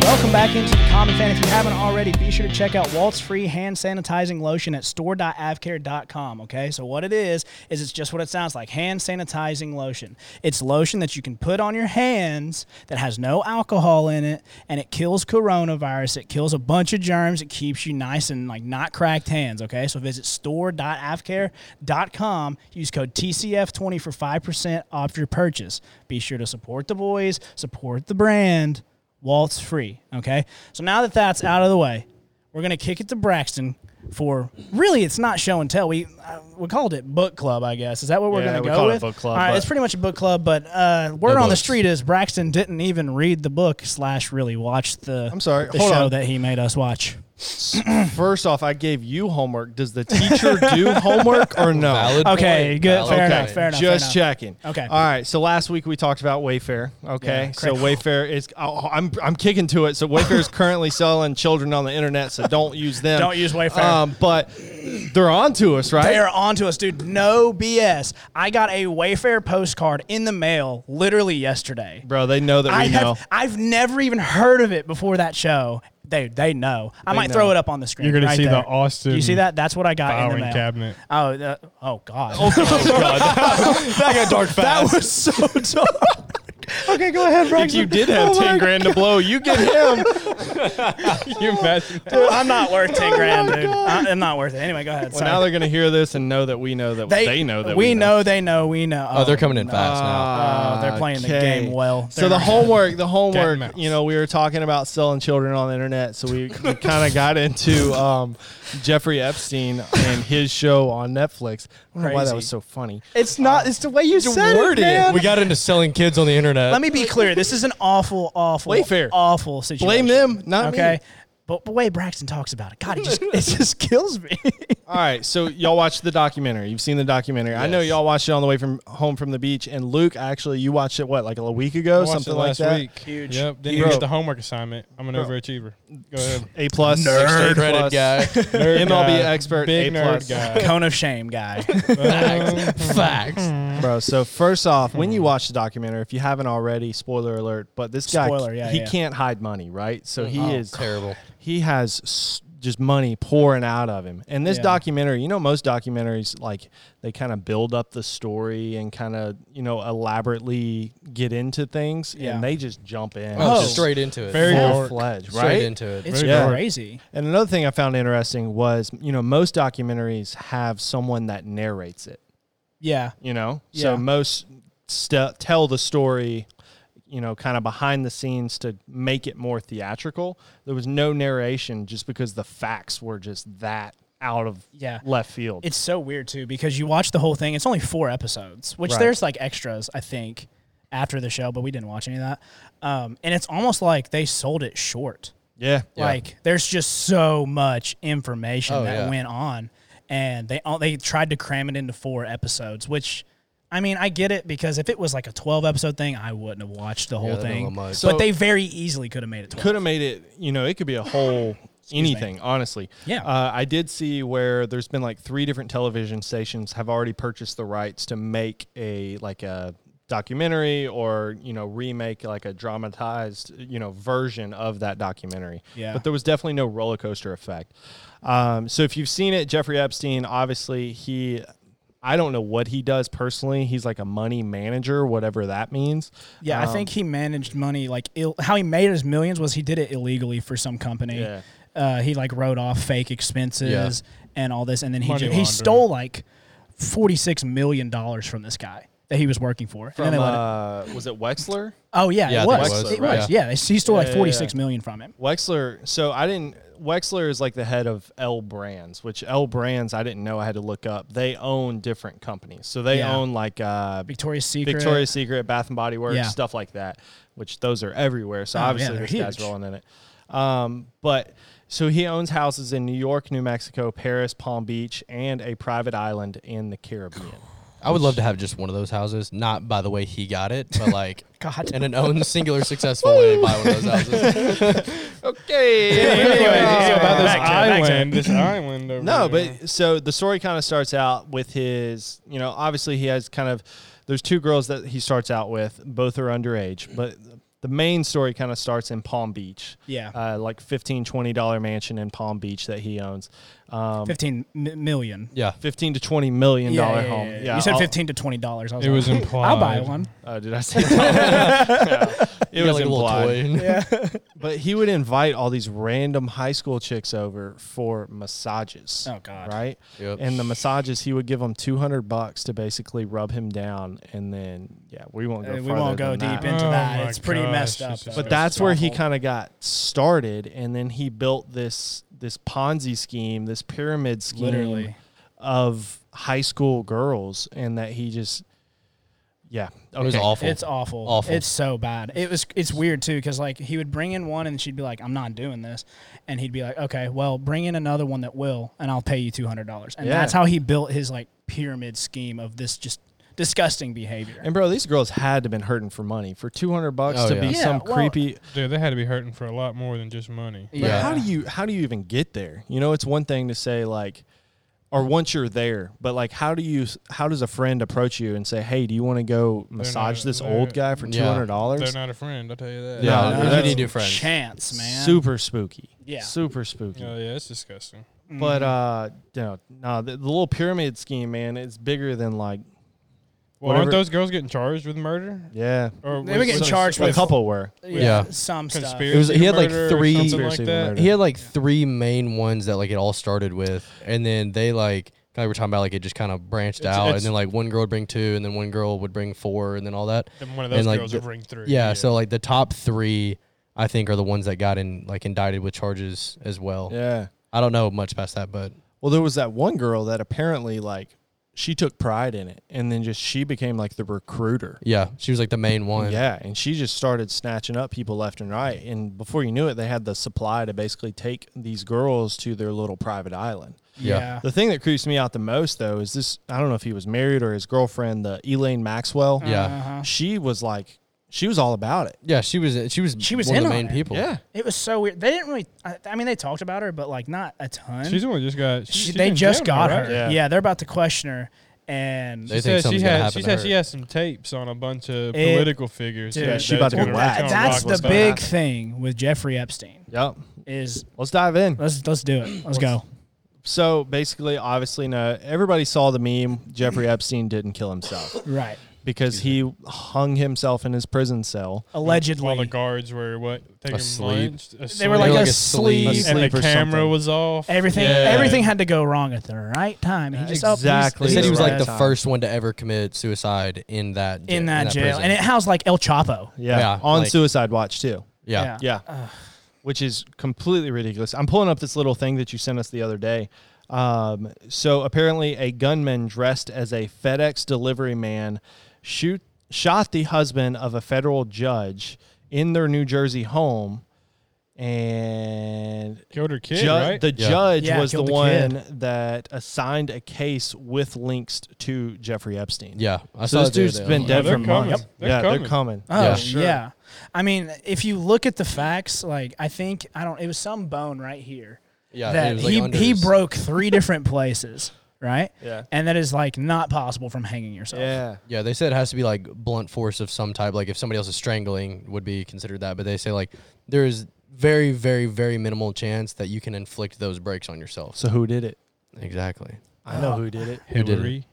Welcome Welcome back into the Common Fan. If you haven't already, be sure to check out Walt's Free Hand Sanitizing Lotion at store.avcare.com. Okay, so what it is is it's just what it sounds like: hand sanitizing lotion. It's lotion that you can put on your hands that has no alcohol in it, and it kills coronavirus. It kills a bunch of germs. It keeps you nice and like not cracked hands. Okay, so visit store.avcare.com. Use code TCF20 for five percent off your purchase. Be sure to support the boys, support the brand waltz free. Okay. So now that that's out of the way, we're going to kick it to Braxton for really, it's not show and tell. We uh, we called it book club, I guess. Is that what we're
Yeah,
going
we
to go
call it
with?
book club,
All right.
but-
It's pretty much a book club, but uh, word on the
books.
street is Braxton didn't even read the book slash really watch the
I'm sorry,
the
hold
show
on.
that he made us watch.
First off, I gave you homework. Does the teacher do homework or no?
Valid
Okay,
point,
good,
valid
fair
point.
enough, fair enough.
Just checking.
Okay.
All right. So last week we talked about Wayfair. Okay.
Yeah,
so
correct.
Wayfair is oh, I'm I'm kicking to it. So Wayfair is currently selling children on the internet. So don't use them.
Don't use Wayfair.
Um, but they're on to us, right?
They are onto us, dude. No BS. I got a Wayfair postcard in the mail literally yesterday.
Bro, they know that we
I
know.
have, I've never even heard of it before that show. They they know. I might throw
know.
it up on the screen.
You're gonna
right
see the
there.
Austin
You see that? That's what I got in the
filing
mail.
cabinet.
Oh, uh, oh God. Oh, that got dark fast. That was so dark. okay, go ahead,
If
Braxton.
you did have
Oh,
ten
my
grand to blow, you get him.
Can you imagine that?
God. I'm not worth
oh,
ten grand, dude. I- I'm not worth it. Anyway, go ahead.
well,
Sorry.
now they're gonna hear this and know that we know that they, know that
we
we
know. they know we know.
Oh, they're coming in fast now.
Oh, they're playing the game well.
So
They're-
the homework, the homework,
mouse.
you know, we were talking about selling children on the internet, so we, we kind of got into um, Jeffrey Epstein and his show on Netflix. I don't know why that
Crazy.
was so funny.
It's not. It's the way you said
Worded it. We got into selling kids on the internet.
Let me be clear. This is an awful, awful,
Wayfair.
awful situation.
Blame them, not me.
okay. But the way Braxton talks about it, God, it just it just kills me.
All right, so y'all watched the documentary. You've seen the documentary. I know
Yes.
y'all watched it on the way from home from the beach. And Luke, actually, you watched it what, like a week ago,
I watched
something
it
like
last
that.
week.
Huge.
Yep. Then you
Bro.
get the homework assignment. I'm an overachiever. Go ahead.
A plus,
Extra
A
credit
plus.
guy.
Nerd
MLB expert,
Big
A plus.
nerd guy.
Cone of shame, guy.
Mm-hmm.
Facts. Facts.
Bro, so first off, when
Hmm.
you watch the documentary, if you haven't already, spoiler alert, but this guy,
Spoiler, yeah,
he
yeah. Oh,
can't hide money, right? So he is
terrible.
He has s- just money pouring out of him. And this
Yeah.
documentary, you know, most documentaries like they kind of build up the story and kind of you know elaborately get into things,
Yeah.
and they just jump in,
Oh,
Oh.
straight into it.
Very
full
dark.
fledged,
straight
right?
into it.
It's
Very dark.
crazy.
And another thing I found interesting was, you know, most documentaries have someone that narrates it
Yeah.
you know
Yeah.
so most st- tell the story you know kind of behind the scenes to make it more theatrical there was no narration just because the facts were just that out of
Yeah.
left field
It's so weird too because you watch the whole thing. It's only four episodes, which
Right.
there's like extras, I think, after the show, but we didn't watch any of that. Um, and it's almost like they sold it short.
yeah
Like there's just so much information
Oh,
that
yeah.
went on, and they all they tried to cram it into four episodes, which. I mean, I get it because if it was like a twelve episode thing, I wouldn't have watched the whole
that'd be a
thing.
little much.
But
So-
they very easily could have made it twelve.
could have made it you know it could be a whole anything honestly
Yeah.
uh, i did see where there's been like three different television stations have already purchased the rights to make a like a documentary or you know remake like a dramatized you know version of that documentary
Yeah.
but there was definitely no roller coaster effect um, so if you've seen it jeffrey epstein obviously he I don't know what he does personally. He's like a money manager, whatever that means.
Yeah, I
Um,
think he managed money like Ill- how he made his millions was he did it illegally for some company.
Yeah.
Uh, he like wrote off fake expenses and all this, and then he
Money
ju- he
laundering.
stole like forty six million dollars from this guy that he was working for. and then they let him-
Uh, was it Wexler?
oh yeah,
yeah, I
it
think
was.
it was,
It
right.
was. Yeah. he stole
Yeah,
like
yeah, yeah.
forty six million from him.
Wexler. So I didn't. Wexler is like the head of L Brands, which L Brands I didn't know. I had to look up. They own different companies. So they
Yeah.
own like uh,
Victoria's Secret.
Victoria's Secret, Bath and Body Works,
Yeah.
stuff like that. Which those are everywhere. So
Oh, yeah,
obviously
they're
this guy's
huge.
rolling in it. Um, but so he owns houses in New York, New Mexico, Paris, Palm Beach, and a private island in the Caribbean.
I would love to have just one of those houses, not by the way he got it, but like
God.
in an own singular successful way to buy one of those houses.
okay.
Anyway, yeah, about this
Back to it, back to it.
island, this island. Over
No,
there.
but so the story kind of starts out with his, you know, obviously he has kind of, there's two girls that he starts out with, both are underage, but the main story kind of starts in Palm Beach.
Yeah.
Uh, like 15 $20 dollar mansion in Palm Beach that he owns. Um,
15 mi- million.
Yeah.
15 to 20 million
Yeah,
dollar
yeah,
home.
yeah,
Yeah.
yeah. You said
I'll-
15 to 20 dollars. I was
It
like,
was
I'll buy
implied.
one.
Oh, did I say that? It was
like a little
implied.
toy.
But he would invite all these random high school chicks over for massages.
Oh, God.
Right?
Yep.
And the massages, he would give them 200 bucks to basically rub him down. And then, yeah, we won't go
Uh, we
farther
won't go
than
deep
that.
into
Oh
that.
my
It's pretty
gosh,
messed
this
up.
is
though.
just
but
It's
that's where he
awful.
kind of got started and then he built this this ponzi scheme this pyramid scheme
Literally.
of high school girls and that he just yeah okay.
It was awful.
It's awful.
Awful.
It's so bad. It was. It's weird too, because like he would bring in one and she'd be like, "I'm not doing this," and he'd be like, "Okay, well, bring in another one that will, and I'll pay you two hundred dollars." And
Yeah.
that's how he built his like pyramid scheme of this just disgusting behavior.
and bro these girls had to have been hurting for money for 200 bucks
Oh,
to
yeah.
be
Yeah,
some
well-
creepy
Dude, they had to be hurting for a lot more than just money.
But how do you how do you even get there? You know, it's one thing to say like, or once you're there, but like, how do you how does a friend approach you and say, hey, do you want to go massage
not-
this
they're-
old guy for
Yeah.
two hundred
They're
dollars?
not a friend, I'll tell you that.
Yeah,
No,
Uh, you
that's-
need new friends.
Chance, man.
Super spooky.
Yeah. Mm-hmm.
Super spooky.
Oh, yeah, it's disgusting.
But uh, no, no, the, the little pyramid scheme, man, it's bigger than like
Well, aren't
Whatever-
those girls getting charged with murder?
yeah.
Or
They were
was-
getting
so-
charged
A
with- Uh,
couple were.
Yeah.
some
conspiracy.
stuff.
It was- he had, like,
murder or
three-
something like
Conspiracy
that.
murder.
He had like three main ones that like it all started with, and then they like kind of we're talking about like it just kind of branched
It's-
out,
it's-
and then like one girl would bring two, and then one girl would bring four, and then all that.
Then one of those
And, like,
girls
the-
would ring through.
Yeah, so like the top three, I think, are the ones that got in like indicted with charges as well.
Yeah.
I don't know much past that, but
Well, there was that one girl that apparently like she took pride in it, and then just she became like the recruiter.
yeah, she was like the main one.
Yeah, and she just started snatching up people left and right. And before you knew it, they had the supply to basically take these girls to their little private island.
Yeah.
yeah.
The thing that creeps me out the most, though, is this I don't know if he was married or his girlfriend, the Elaine Maxwell.
Yeah.
Uh-huh.
She was like, she was all about it.
Yeah, she was she was
She was
one of
in
the
on
main
it.
people.
It was so weird. They didn't really. I, I mean, they talked about her, but like not a ton.
she's the one who just got. she-
She-
she's
they
in
just
jail now,
got
right?
her.
Yeah.
Yeah. they're about to question her, and
They
She
think
says she
something's gonna
had.
happen
She
to
says she
her.
has some tapes on a bunch of
It-
political figures.
Dude,
that-
she about to
that's
be
gonna
whacked.
rock
that's
what's
the
up.
big thing with Jeffrey Epstein
Yep.
is
Let's dive in.
let's let's do it. Let's go.
So basically, obviously, no, everybody saw the meme. Jeffrey Epstein didn't kill himself
Right.
because he hung himself in his prison cell.
While the
Allegedly.
guards were what taking
Asleep.
lunch,
They were
They
like,
were like
asleep.
asleep.
and the
asleep or
camera
something.
was off.
Everything
Yeah.
everything had to go wrong at the right time. He just up-
Exactly.
They said he was like the
Right.
first one to ever commit suicide in that
in that, jail,
prison.
and it housed like El Chapo.
Yeah.
Yeah,
on
like-
suicide watch, too.
yeah.
Yeah. Which is completely ridiculous. I'm pulling up this little thing that you sent us the other day. Um, so apparently, a gunman dressed as a FedEx delivery man shoot shot the husband of a federal judge in their New Jersey home, and
killed her kid,
ju-
right?
the
Yeah.
judge
Yeah,
was the,
killed the
one
kid.
that assigned a case with links to Jeffrey Epstein.
Yeah, I
So this
that the other
dude's
day.
been
Yeah,
dead
they're
for months.
coming. They're
yeah, they're
coming.
coming.
Oh
Yeah,
yeah,
sure.
I mean, if you look at the facts, like I think I don't. It was some bone right here
Yeah, it
that
was, like,
he
under
he
his-
broke three different places, right?
Yeah.
And that is like not possible from hanging yourself.
Yeah.
Yeah, they said it has to be like blunt force of some type. Like if somebody else is strangling, would be considered that. But they say like there is very, very, very minimal chance that you can inflict those breaks on yourself.
So who did it?
Exactly.
I
Oh.
know who did it.
Who did it?
Hillary.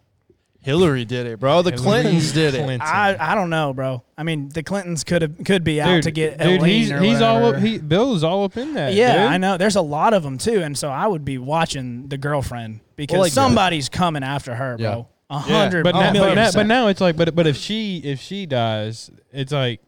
Hillary did it, bro. The Clintons did it.
Clinton.
I, I don't know, bro. I mean, the Clintons could have could be out to get a
dude,
lien
he's
or
he's all
whatever.
up. He Bill's all up in that.
yeah,
dude.
I know. There's a lot of them too, and so I would be watching the girlfriend because
like-
somebody's coming after her, bro. A hundred
But, now, but,
million
now, but
percent.
now it's like, but but if she if she dies, it's like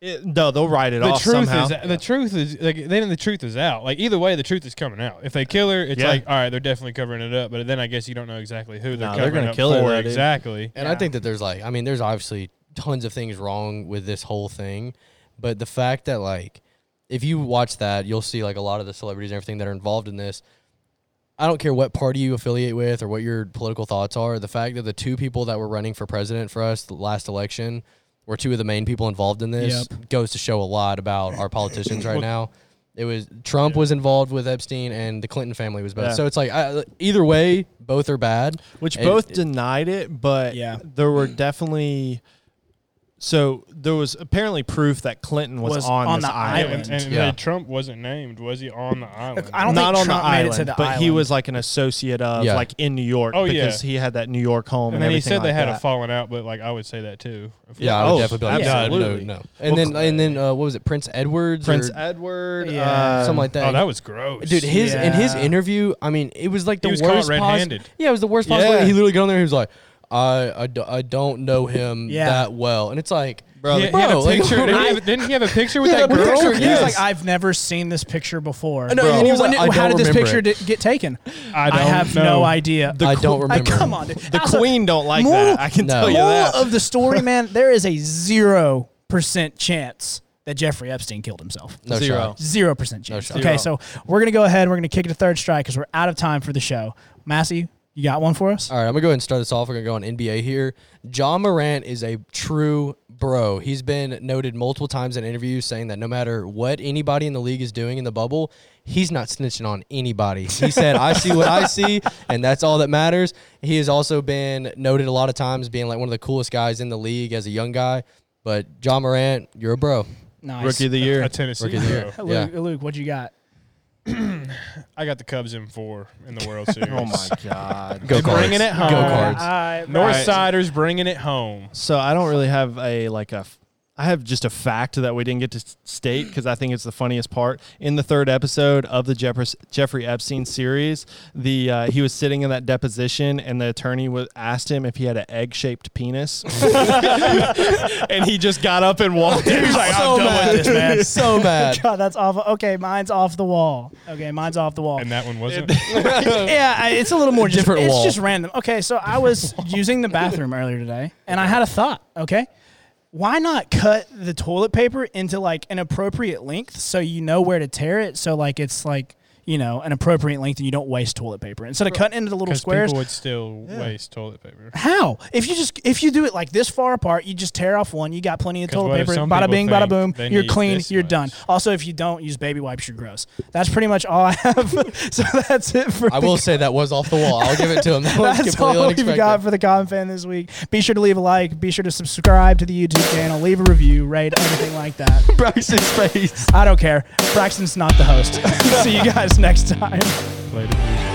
It- no, they'll write it
the
off
truth
somehow.
is the truth is like then the truth is out. Like either way, the truth is coming out. If they kill her, it's
Yeah.
like all right, they're definitely covering it up. But then I guess you don't know exactly who they're
Nah, they're
covering
gonna
up
kill her,
for
though, dude.
exactly.
And I think that there's like, I mean, there's obviously tons of things wrong with this whole thing, but the fact that like, if you watch that, you'll see like a lot of the celebrities and everything that are involved in this. I don't care what party you affiliate with or what your political thoughts are. The fact that the two people that were running for president for us the last election were two of the main people involved in this goes to show a lot about our politicians right now. It was Trump was involved with Epstein and the Clinton family was both.
Yeah.
So it's like I, either way, both are bad.
which
And-
both denied it, but
Yeah.
there were definitely So there was apparently proof that Clinton was,
Was
on,
on
this
the
Yeah,
island.
island.
and, and
Yeah.
like, Trump wasn't named, was he on the island?
I don't
Not
think
on
Trump
the
made
island,
it to the
but he
island.
was like an associate of,
Yeah.
like in New York,
Oh, yeah.
because he had that New York home. And,
and then he
everything
said they
like
had
that.
a falling out, but like I would say that too.
Yeah, I would
Oh,
definitely be like, no, no,
absolutely.
no, And
Well,
then, and then, uh, what was it, Prince Edwards?
Prince
or
Edward,
Yeah.
uh,
something like that.
Oh, that was gross,
Dude, his in his
Yeah.
interview, I mean, it was like the
He was caught
worst. possi-
red-handed.
yeah, it was the worst possible.
Yeah.
He literally got on there. He was like, I, I, do- I don't know him
Yeah.
that well, and it's like,
Bro,
He, he had a
Bro, like-
picture. didn't, he have, didn't he have a picture with
Yeah,
that
that
girl?
picture,
He
Yes.
was like, I've never seen this picture before.
know, and he was
When
like,
did-
I
how
don't
did this
remember
picture
it.
di- get taken?
I don't
have
know.
no idea.
I don't
I,
remember.
come
him.
on, dude.
the
Also,
Queen don't like
moral-
that. I can
No.
tell you
moral
that.
of the story, man, there is a zero percent chance that Jeffrey Epstein killed himself.
No
Zero.
shot.
Zero percent chance.
shot.
okay, so we're gonna go ahead. We're gonna kick it to third strike because we're out of time for the show. Massey, you got one for us?
All right, I'm gonna go ahead and start this off. We're gonna go on NBA here. John Morant is a true bro. He's been noted multiple times in interviews saying that no matter what anybody in the league is doing in the bubble, he's not snitching on anybody. He said, "I see what I see, and that's all that matters." He has also been noted a lot of times being like one of the coolest guys in the league as a young guy. But John Morant, you're a bro.
Nice.
Rookie of the year.
A Tennessee
Rookie of the year.
girl.
Luke, Luke, what you got?
I got the Cubs in four in the World Series.
Oh my god.
Go
They're bringing
Cards.
it home.
Go Cards.
I,
Northsiders bringing it home.
So I don't really have a like a. f- I have just a fact that we didn't get to s- state because I think it's the funniest part. In the third episode of the Jeffers, Jeffrey Epstein series, the uh, he was sitting in that deposition, and the attorney was asked him if he had an egg-shaped penis, and he just got up and walked. He was like,
so
"I'm done
mad.
with this, man."
so mad.
God, Oh, that's awful. Okay, mine's off the wall. Okay, mine's off the wall.
And that one wasn't.
yeah, I, it's a little more just,
Different
It's
wall.
just random. Okay, so I was using the bathroom earlier today, and I had a thought. Okay, why not cut the toilet paper into like an appropriate length so you know where to tear it? So like it's like you know an appropriate length, and you don't waste toilet paper instead of cutting into the little
Because
squares.
people would still waste toilet paper.
How? If you just if you do it like this far apart, you just tear off one. You got plenty of
'Cause
toilet
what if
paper.
some
Bada
people
bing, bada
think
boom.
they
You're
need
clean.
this
You're
much?
done. Also, if you don't use baby wipes, you're gross. That's pretty much all I have. so that's it for.
I
the
will say that was off the wall. I'll give it to him. That was
That's
completely
all
unexpected.
we've got for the Common Fan this week. Be sure to leave a like. Be sure to subscribe to the YouTube channel. Leave a review, rate, anything like that.
Braxton's face.
I don't care. Braxton's not the host. See you guys next time.
Later.